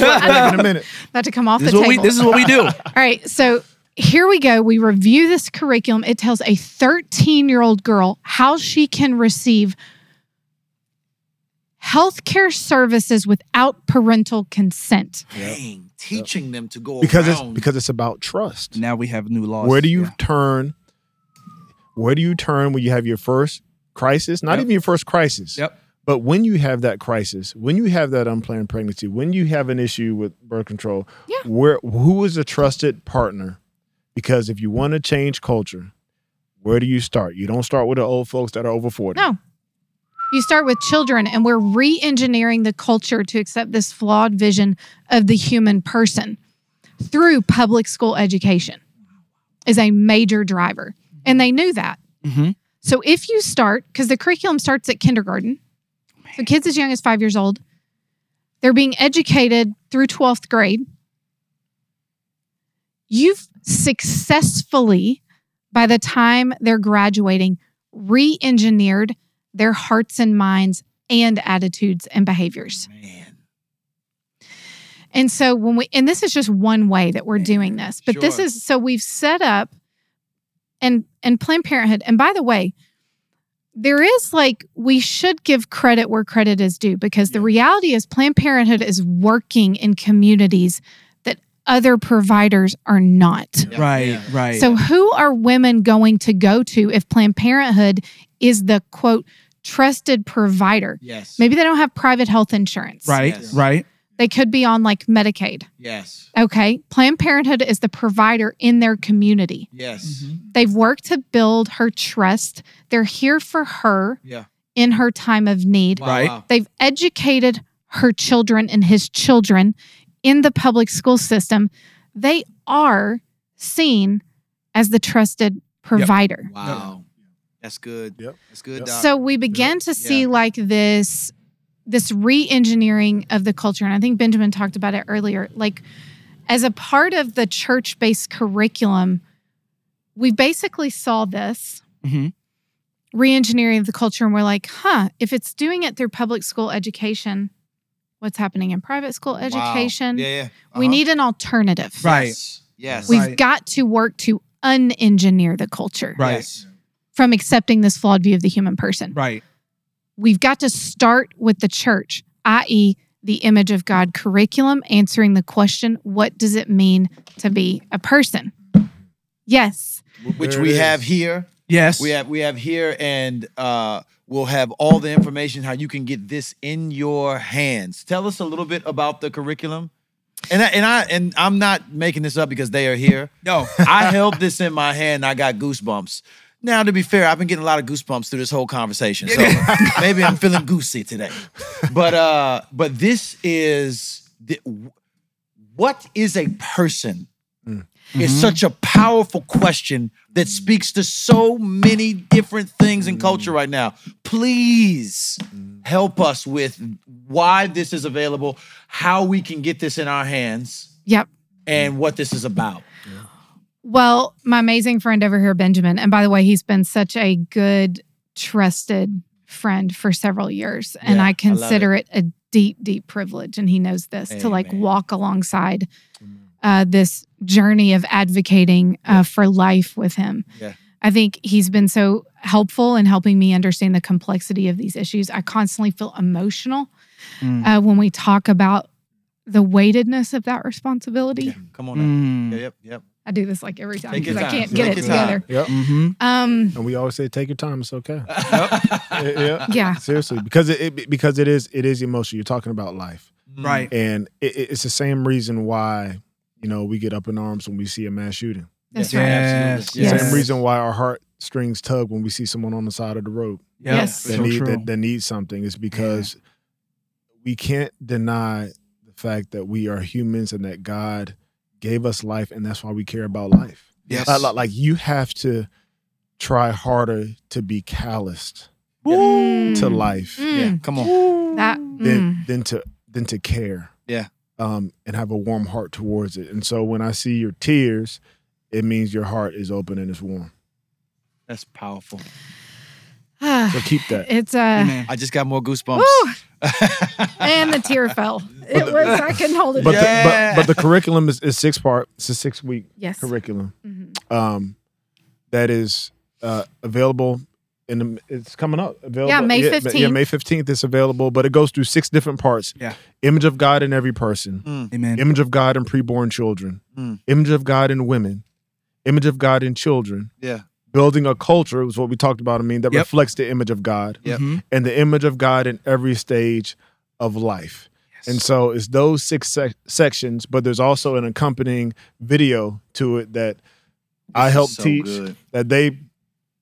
S3: [LAUGHS]
S5: I'm gonna pull out the sweat rag in a minute.
S6: About to come off
S3: This is
S6: the
S3: what we.
S6: table.
S3: This is what we do.
S6: All right. So here we go. We review this curriculum. It tells a 13 year old girl how she can receive healthcare services without parental consent.
S2: Dang, teaching them to go
S5: because it's
S2: around.
S5: because it's about trust.
S3: Now we have new laws.
S5: Where do you
S3: Yeah.
S5: turn? Where do you turn when you have your first crisis? Not
S3: Yep.
S5: even your first crisis.
S3: Yep.
S5: But when you have that crisis, when you have that unplanned pregnancy, when you have an issue with birth control,
S6: Yeah.
S5: where who is a trusted partner? Because if you want to change culture, where do you start? You don't start with the old folks that are over 40.
S6: No. You start with children, and we're re engineering the culture to accept this flawed vision of the human person through public school education, is a major driver. And they knew that.
S3: Mhm.
S6: So if you start, because the curriculum starts at kindergarten, so kids as young as five years old, they're being educated through 12th grade. You've successfully, by the time they're graduating, re engineered their hearts and minds and attitudes and behaviors.
S2: Man,
S6: And so when we and this is just one way that we're
S2: Man,
S6: doing this. But this
S2: sure.
S6: is so we've set up and and Planned Parenthood and by the way there is like we should give credit where credit is due because the reality is Planned Parenthood is working in communities that other providers are not.
S2: Yeah,
S3: Right,
S2: yeah.
S3: right.
S6: So, who are women going to go to if Planned Parenthood is the quote trusted provider?
S2: Yes.
S6: Maybe they don't have private health insurance.
S3: right,
S2: Yes.
S3: right.
S6: They could be on like Medicaid.
S2: Yes.
S6: Okay. Planned Parenthood is the provider in their community.
S2: Yes.
S6: They've worked to build her trust. They're here for her
S2: Yeah.
S6: in her time of need.
S2: Wow,
S3: Right.
S2: wow.
S6: They've educated her children and his children in the public school system. They are seen as the trusted provider.
S2: Wow. That's good.
S5: Yep.
S2: That's good,
S5: Yep.
S2: Doc.
S6: so we began to see
S2: Yeah.
S6: like this this re-engineering of the culture and i think benjamin talked about it earlier like as a part of the church-based curriculum we basically saw this
S2: Mm-hmm.
S3: Mhm.
S6: re-engineering of the culture and we're like huh if it's doing it through public school education what's happening in private school education
S2: Wow. Yeah, yeah.
S6: we
S2: Uh-huh.
S6: need an alternative
S3: Right.
S2: Yes. Yes.
S6: we've
S3: Right.
S6: got to work to unengineer the culture
S3: Right.
S2: Yes.
S6: from accepting this flawed view of the human person
S3: Right.
S6: we've got to start with the church, i.e., the image of God curriculum, answering the question, what does it mean to be a person? Yes.
S2: Which
S5: There
S2: we
S5: it
S2: have
S5: is.
S2: here.
S3: Yes.
S2: We have we have here, and uh, we'll have all the information how you can get this in your hands. Tell us a little bit about the curriculum. And I, and I and I'm not making this up because they are here.
S3: no.
S2: [LAUGHS] I held this in my hand and I got goosebumps. Now, to be fair, I've been getting a lot of goosebumps through this whole conversation. So maybe I'm feeling goosey today. But uh, but this is the, what is a person? It's such a powerful question that speaks to so many different things in culture right now. Please help us with why this is available, how we can get this in our hands,
S6: Yep.
S2: and what this is about.
S6: Well, my amazing friend over here, Benjamin, and by the way, he's been such a good, trusted friend for several years. And
S2: Yeah, I
S6: I
S2: love
S6: consider it. a deep, deep privilege. And he knows this to like
S2: Amen.
S6: walk alongside uh, this journey of advocating uh, for life with him.
S2: Yeah.
S6: I think he's been so helpful in helping me understand the complexity of these issues. I constantly feel emotional
S3: Mm.
S6: uh, when we talk about the weightedness of that responsibility.
S2: Come on. now.
S3: Mm.
S2: Yep, yep.
S6: I do this like every time
S2: Take your
S6: because I
S2: time.
S6: can't get
S2: Take
S6: it
S2: your time.
S6: together.
S5: Yep.
S3: Mm-hmm.
S6: Um,
S5: And we always say take your time, it's okay.
S2: yep.
S5: Yeah, yeah.
S6: yeah.
S5: Seriously, because it, it because it is it is emotional. You're talking about life.
S2: Mm.
S3: Right.
S5: And it, it- it's the same reason why, you know, we get up in arms when we see a mass shooting.
S6: That's
S3: Yeah.
S6: right.
S2: Absolutely.
S6: Yes.
S5: Same reason why our heart strings tug when we see someone on the side of the road
S3: Yeah,
S6: Yes.
S3: for
S5: that,
S3: sure.
S5: need,
S3: True.
S5: that, that needs something is because we can't deny the fact that we are humans and that God gave us life and that's why we care about life.
S3: Yes.
S5: Like, like- like you have to try harder to be calloused
S6: Mm,
S5: to life
S2: Yeah,
S6: mm,
S2: come on.
S6: That
S5: than
S6: mm,
S5: than to than to care.
S2: Yeah.
S5: Um, and have a warm heart towards it. And so when I see your tears, it means your heart is open and it's warm.
S2: That's powerful.
S5: So
S6: [LAUGHS]
S5: keep that.
S6: [SIGHS] it's a
S3: Amen.
S2: I just got more goosebumps.
S6: Woo!
S5: [LAUGHS]
S6: and the tear fell. It was I couldn't hold it.
S5: But
S6: back.
S5: the, but but the curriculum is, is six part. It's a six week
S6: yes. Mm-hmm.
S5: curriculum. um, that is uh, available. In the, it's coming up. Available.
S6: Yeah, May
S5: yeah, Yeah,
S6: 15th.
S5: May fifteenth. It's available, but it goes through six different parts.
S3: Yeah.
S5: Image of God in every person.
S3: Amen.
S5: Image of God in preborn children.
S2: Mm.
S5: Image of God in women. Image of God in children.
S2: Yeah.
S5: Building a culture was what we talked about. I mean, that
S3: Yep.
S5: reflects the image of God
S2: Yep.
S3: Mhm.
S5: and the image of God in every stage of life. And so it's those six sec- sections, but there's also an accompanying video to it that I helped
S2: so
S5: teach.
S2: good.
S5: That they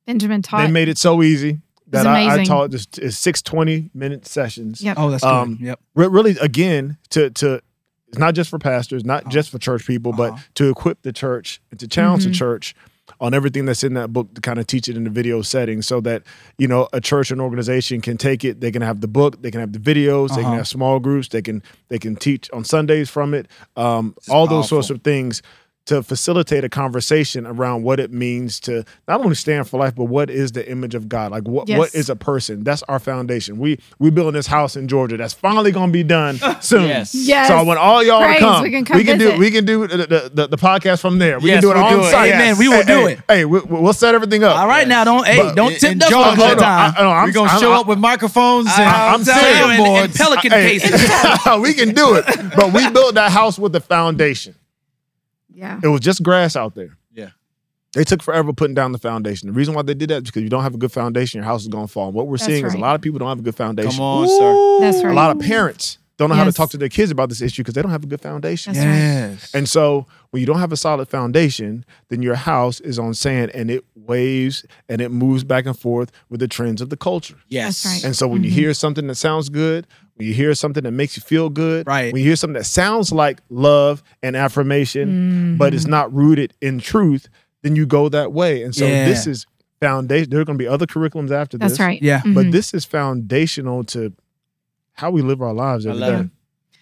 S6: Benjamin taught.
S5: they made it so easy that
S6: It's
S5: I, I
S6: amazing.
S5: taught just it's six 20 minute sessions.
S6: Yep.
S3: Oh, that's good.
S5: Um,
S3: yep.
S5: Re- really again to to it's not just for pastors, not just for church people,
S3: Uh-huh.
S5: but to equip the church and to challenge
S6: Mhm.
S5: the church on everything that's in that book to kind of teach it in the video setting so that you know a church and organization can take it they can have the book they can have the videos they can
S3: Uh-huh.
S5: have small groups they can they can teach on sundays from it um,
S2: This is
S5: all those sorts
S2: powerful.
S5: of things to facilitate a conversation around what it means to not only stand for life but what is the image of god like what, what
S6: Yes.
S5: is a person that's our foundation we we building this house in georgia that's finally going to be
S2: [LAUGHS]
S5: done soon
S2: Yes.
S6: Yes.
S5: so I want all y'all
S6: Praise,
S5: to come.
S6: we can come
S5: do
S6: visit.
S5: we can do the, the, the, the podcast from there. We
S2: Yes,
S5: can do it
S2: we'll
S5: on
S2: do it.
S5: site.
S3: Amen. We
S5: Hey,
S3: will do
S5: hey,
S3: it.
S5: Hey, we, we- we'll set everything up.
S3: All right now, don't hey,
S5: But
S3: don't
S2: in-
S3: tip
S2: in
S3: us off
S2: Georgia,
S3: that
S5: Hold on. I,
S3: time.
S5: no, I'm,
S2: We're gonna
S5: I'm-
S2: show up with microphones and
S5: I'm
S3: telling
S5: saying,
S3: you, in- in
S2: boards.
S3: pelican
S5: Hey.
S3: cases.
S5: [LAUGHS] we can do it. But we built that house with the foundation.
S6: yeah.
S5: It was just grass out there.
S2: Yeah.
S5: They took forever putting down the foundation. The reason why they did that is because you don't have a good foundation, your house is going to fall. And what we're
S6: That's
S5: seeing is a
S6: right.
S5: lot of people don't have a good foundation.
S2: Come on, sir.
S6: That's right.
S5: A lot of parents don't know how to
S6: Yes.
S5: talk to their kids about this issue because they don't have a good foundation.
S6: That's
S3: Yes.
S5: And so when you don't have a solid foundation, then your house is on sand and it waves and it moves back and forth with the trends of the culture.
S2: Yes.
S6: That's right.
S5: And so when you hear something that sounds good, when you hear something that makes you feel good,
S3: Right.
S5: when you hear something that sounds like love and affirmation, but it's not rooted in truth, then you go that way. And so
S3: Yeah.
S5: this is foundation. There are going to be other curriculums after
S6: That's
S5: this.
S6: right.
S3: Yeah.
S5: But
S6: Mhm.
S5: this is foundational to how we live our lives
S2: I
S5: every
S2: love
S5: day.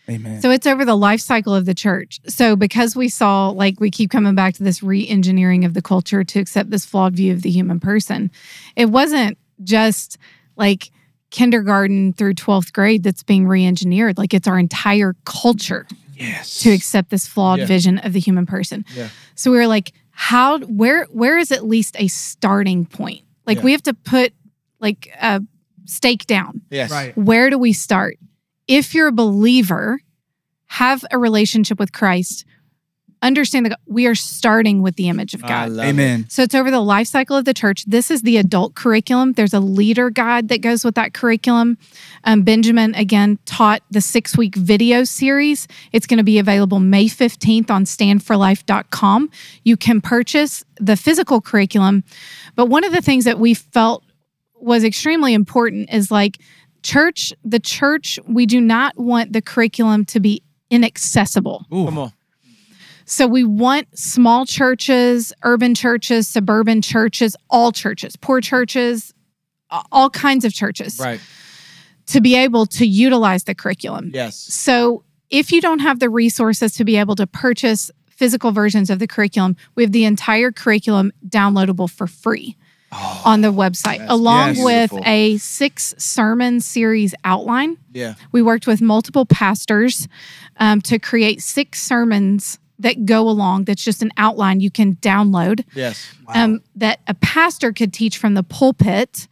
S2: it.
S3: Amen.
S6: So it's over the life cycle of the church. So because we saw, like, we keep coming back to this re engineering of the culture to accept this flawed view of the human person, it wasn't just like kindergarten through 12th grade that's being re engineered. Like, it's our entire culture
S3: yes.
S6: to accept this flawed
S2: Yeah.
S6: vision of the human person.
S2: Yeah.
S6: So we were like, how where where is at least a starting point? Like
S2: Yeah.
S6: we have to put like a stake down.
S2: Yes.
S3: Right.
S6: Where do we start? If you're a believer, have a relationship with Christ, understand that we are starting with the image of
S2: I
S6: God.
S2: love
S3: Amen.
S6: So it's over the life cycle of the church. This is the adult curriculum. There's a leader guide that goes with that curriculum. Um, Benjamin, again, taught the six week video series. It's going to be available May 15th on standforlife.com. You can purchase the physical curriculum. But one of the things that we felt was extremely important is like church, the church, we do not want the curriculum to be inaccessible.
S2: it. Come on.
S6: So we want small churches, urban churches, suburban churches, all churches, poor churches, a- all kinds of churches
S2: Right.
S6: to be able to utilize the curriculum.
S2: Yes.
S6: So if you don't have the resources to be able to purchase physical versions of the curriculum, we have the entire curriculum downloadable for free. on the website,
S2: that's
S6: along with
S2: beautiful.
S6: a six sermon series outline.
S2: Yeah.
S6: We worked with multiple pastors um, to create six sermons that go along. That's just an outline you can download
S2: Yes.
S6: um, that a pastor could teach from the pulpit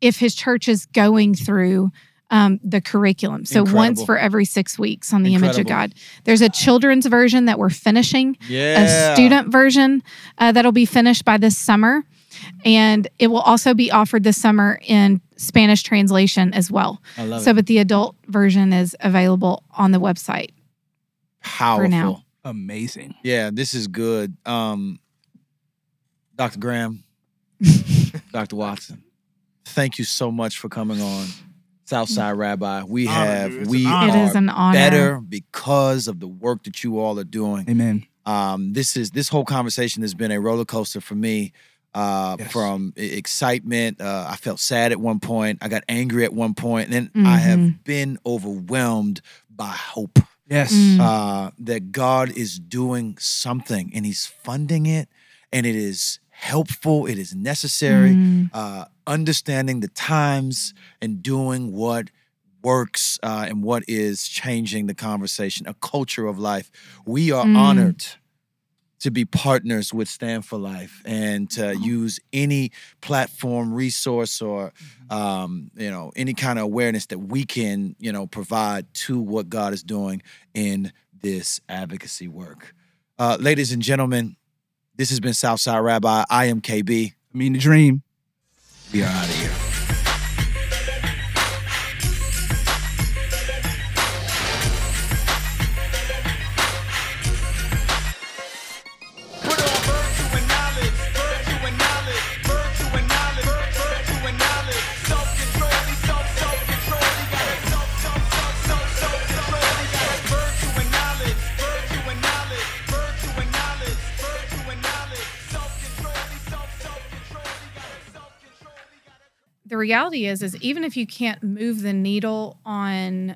S6: if his church is going through um, the curriculum. So once
S2: Incredible.
S6: for every six weeks on the image of
S2: Incredible.
S6: God. There's a children's version that we're finishing
S2: Yeah.
S6: a student version uh, that'll be finished by this summer. And it will also be offered this summer in Spanish translation as well.
S2: I love
S6: so,
S2: it.
S6: but the adult version is available on the website.
S2: Powerful.
S6: now.
S3: Amazing.
S2: Yeah, this is good. Um, Dr.
S6: [LAUGHS]
S2: Graham, Dr. Watson, thank you so much for coming on Southside Rabbi. We
S5: Honor,
S2: have
S5: dude. It's
S2: we
S5: an
S2: are
S6: It is an honor.
S2: better because of the work that you all are doing.
S3: Amen.
S2: um, this is this whole conversation has been a roller coaster for me uh,
S3: Yes.
S2: from e- excitement uh, i felt sad at one point i got angry at one point and then i
S6: Mm-hmm.
S2: have been overwhelmed by hope
S3: Yes.
S6: Mm.
S2: uh, that god is doing something and he's funding it and it is helpful it is necessary uh, understanding the times and doing what works uh, and what is changing the conversation, a culture of life. We are
S6: Mm.
S2: honored to be partners with Stand for Life and to use any platform, resource, or um, you know any kind of awareness that we can you know provide to what God is doing in this advocacy work. Uh, ladies and gentlemen, this has been Southside Rabbi. I am KB.
S3: I mean, the dream.
S2: We are out of here.
S1: Put on virtue and knowledge, virtue and knowledge, virtue and knowledge, virtue and knowledge. Self-control, self, self-control, we got it. Self, self, self, self, self-control, we got it. Virtue and knowledge, virtue and knowledge, virtue and knowledge, virtue and knowledge. Self-control, self, self-control, we got it. Self-control, we got it.
S6: the reality is is even if you can't move the needle on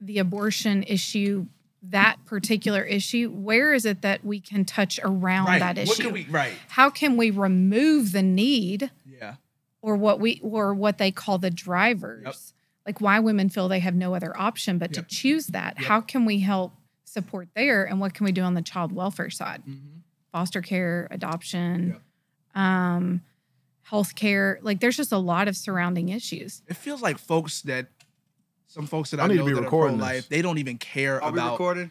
S6: the abortion issue that particular issue where is it that we can touch around that issue
S3: What can we? Right.
S6: how can we remove the need
S3: Yeah.
S6: or what we or what they call the drivers like why women feel they have no other option but to choose that how can we help support there and what can we do on the child welfare side foster care adoption um health care like there's just a lot of surrounding issues
S3: It feels like folks that some folks that I,
S5: I need to
S3: know
S5: be
S3: that are
S5: recording this.
S3: pro-life, they don't even care about.
S2: recording?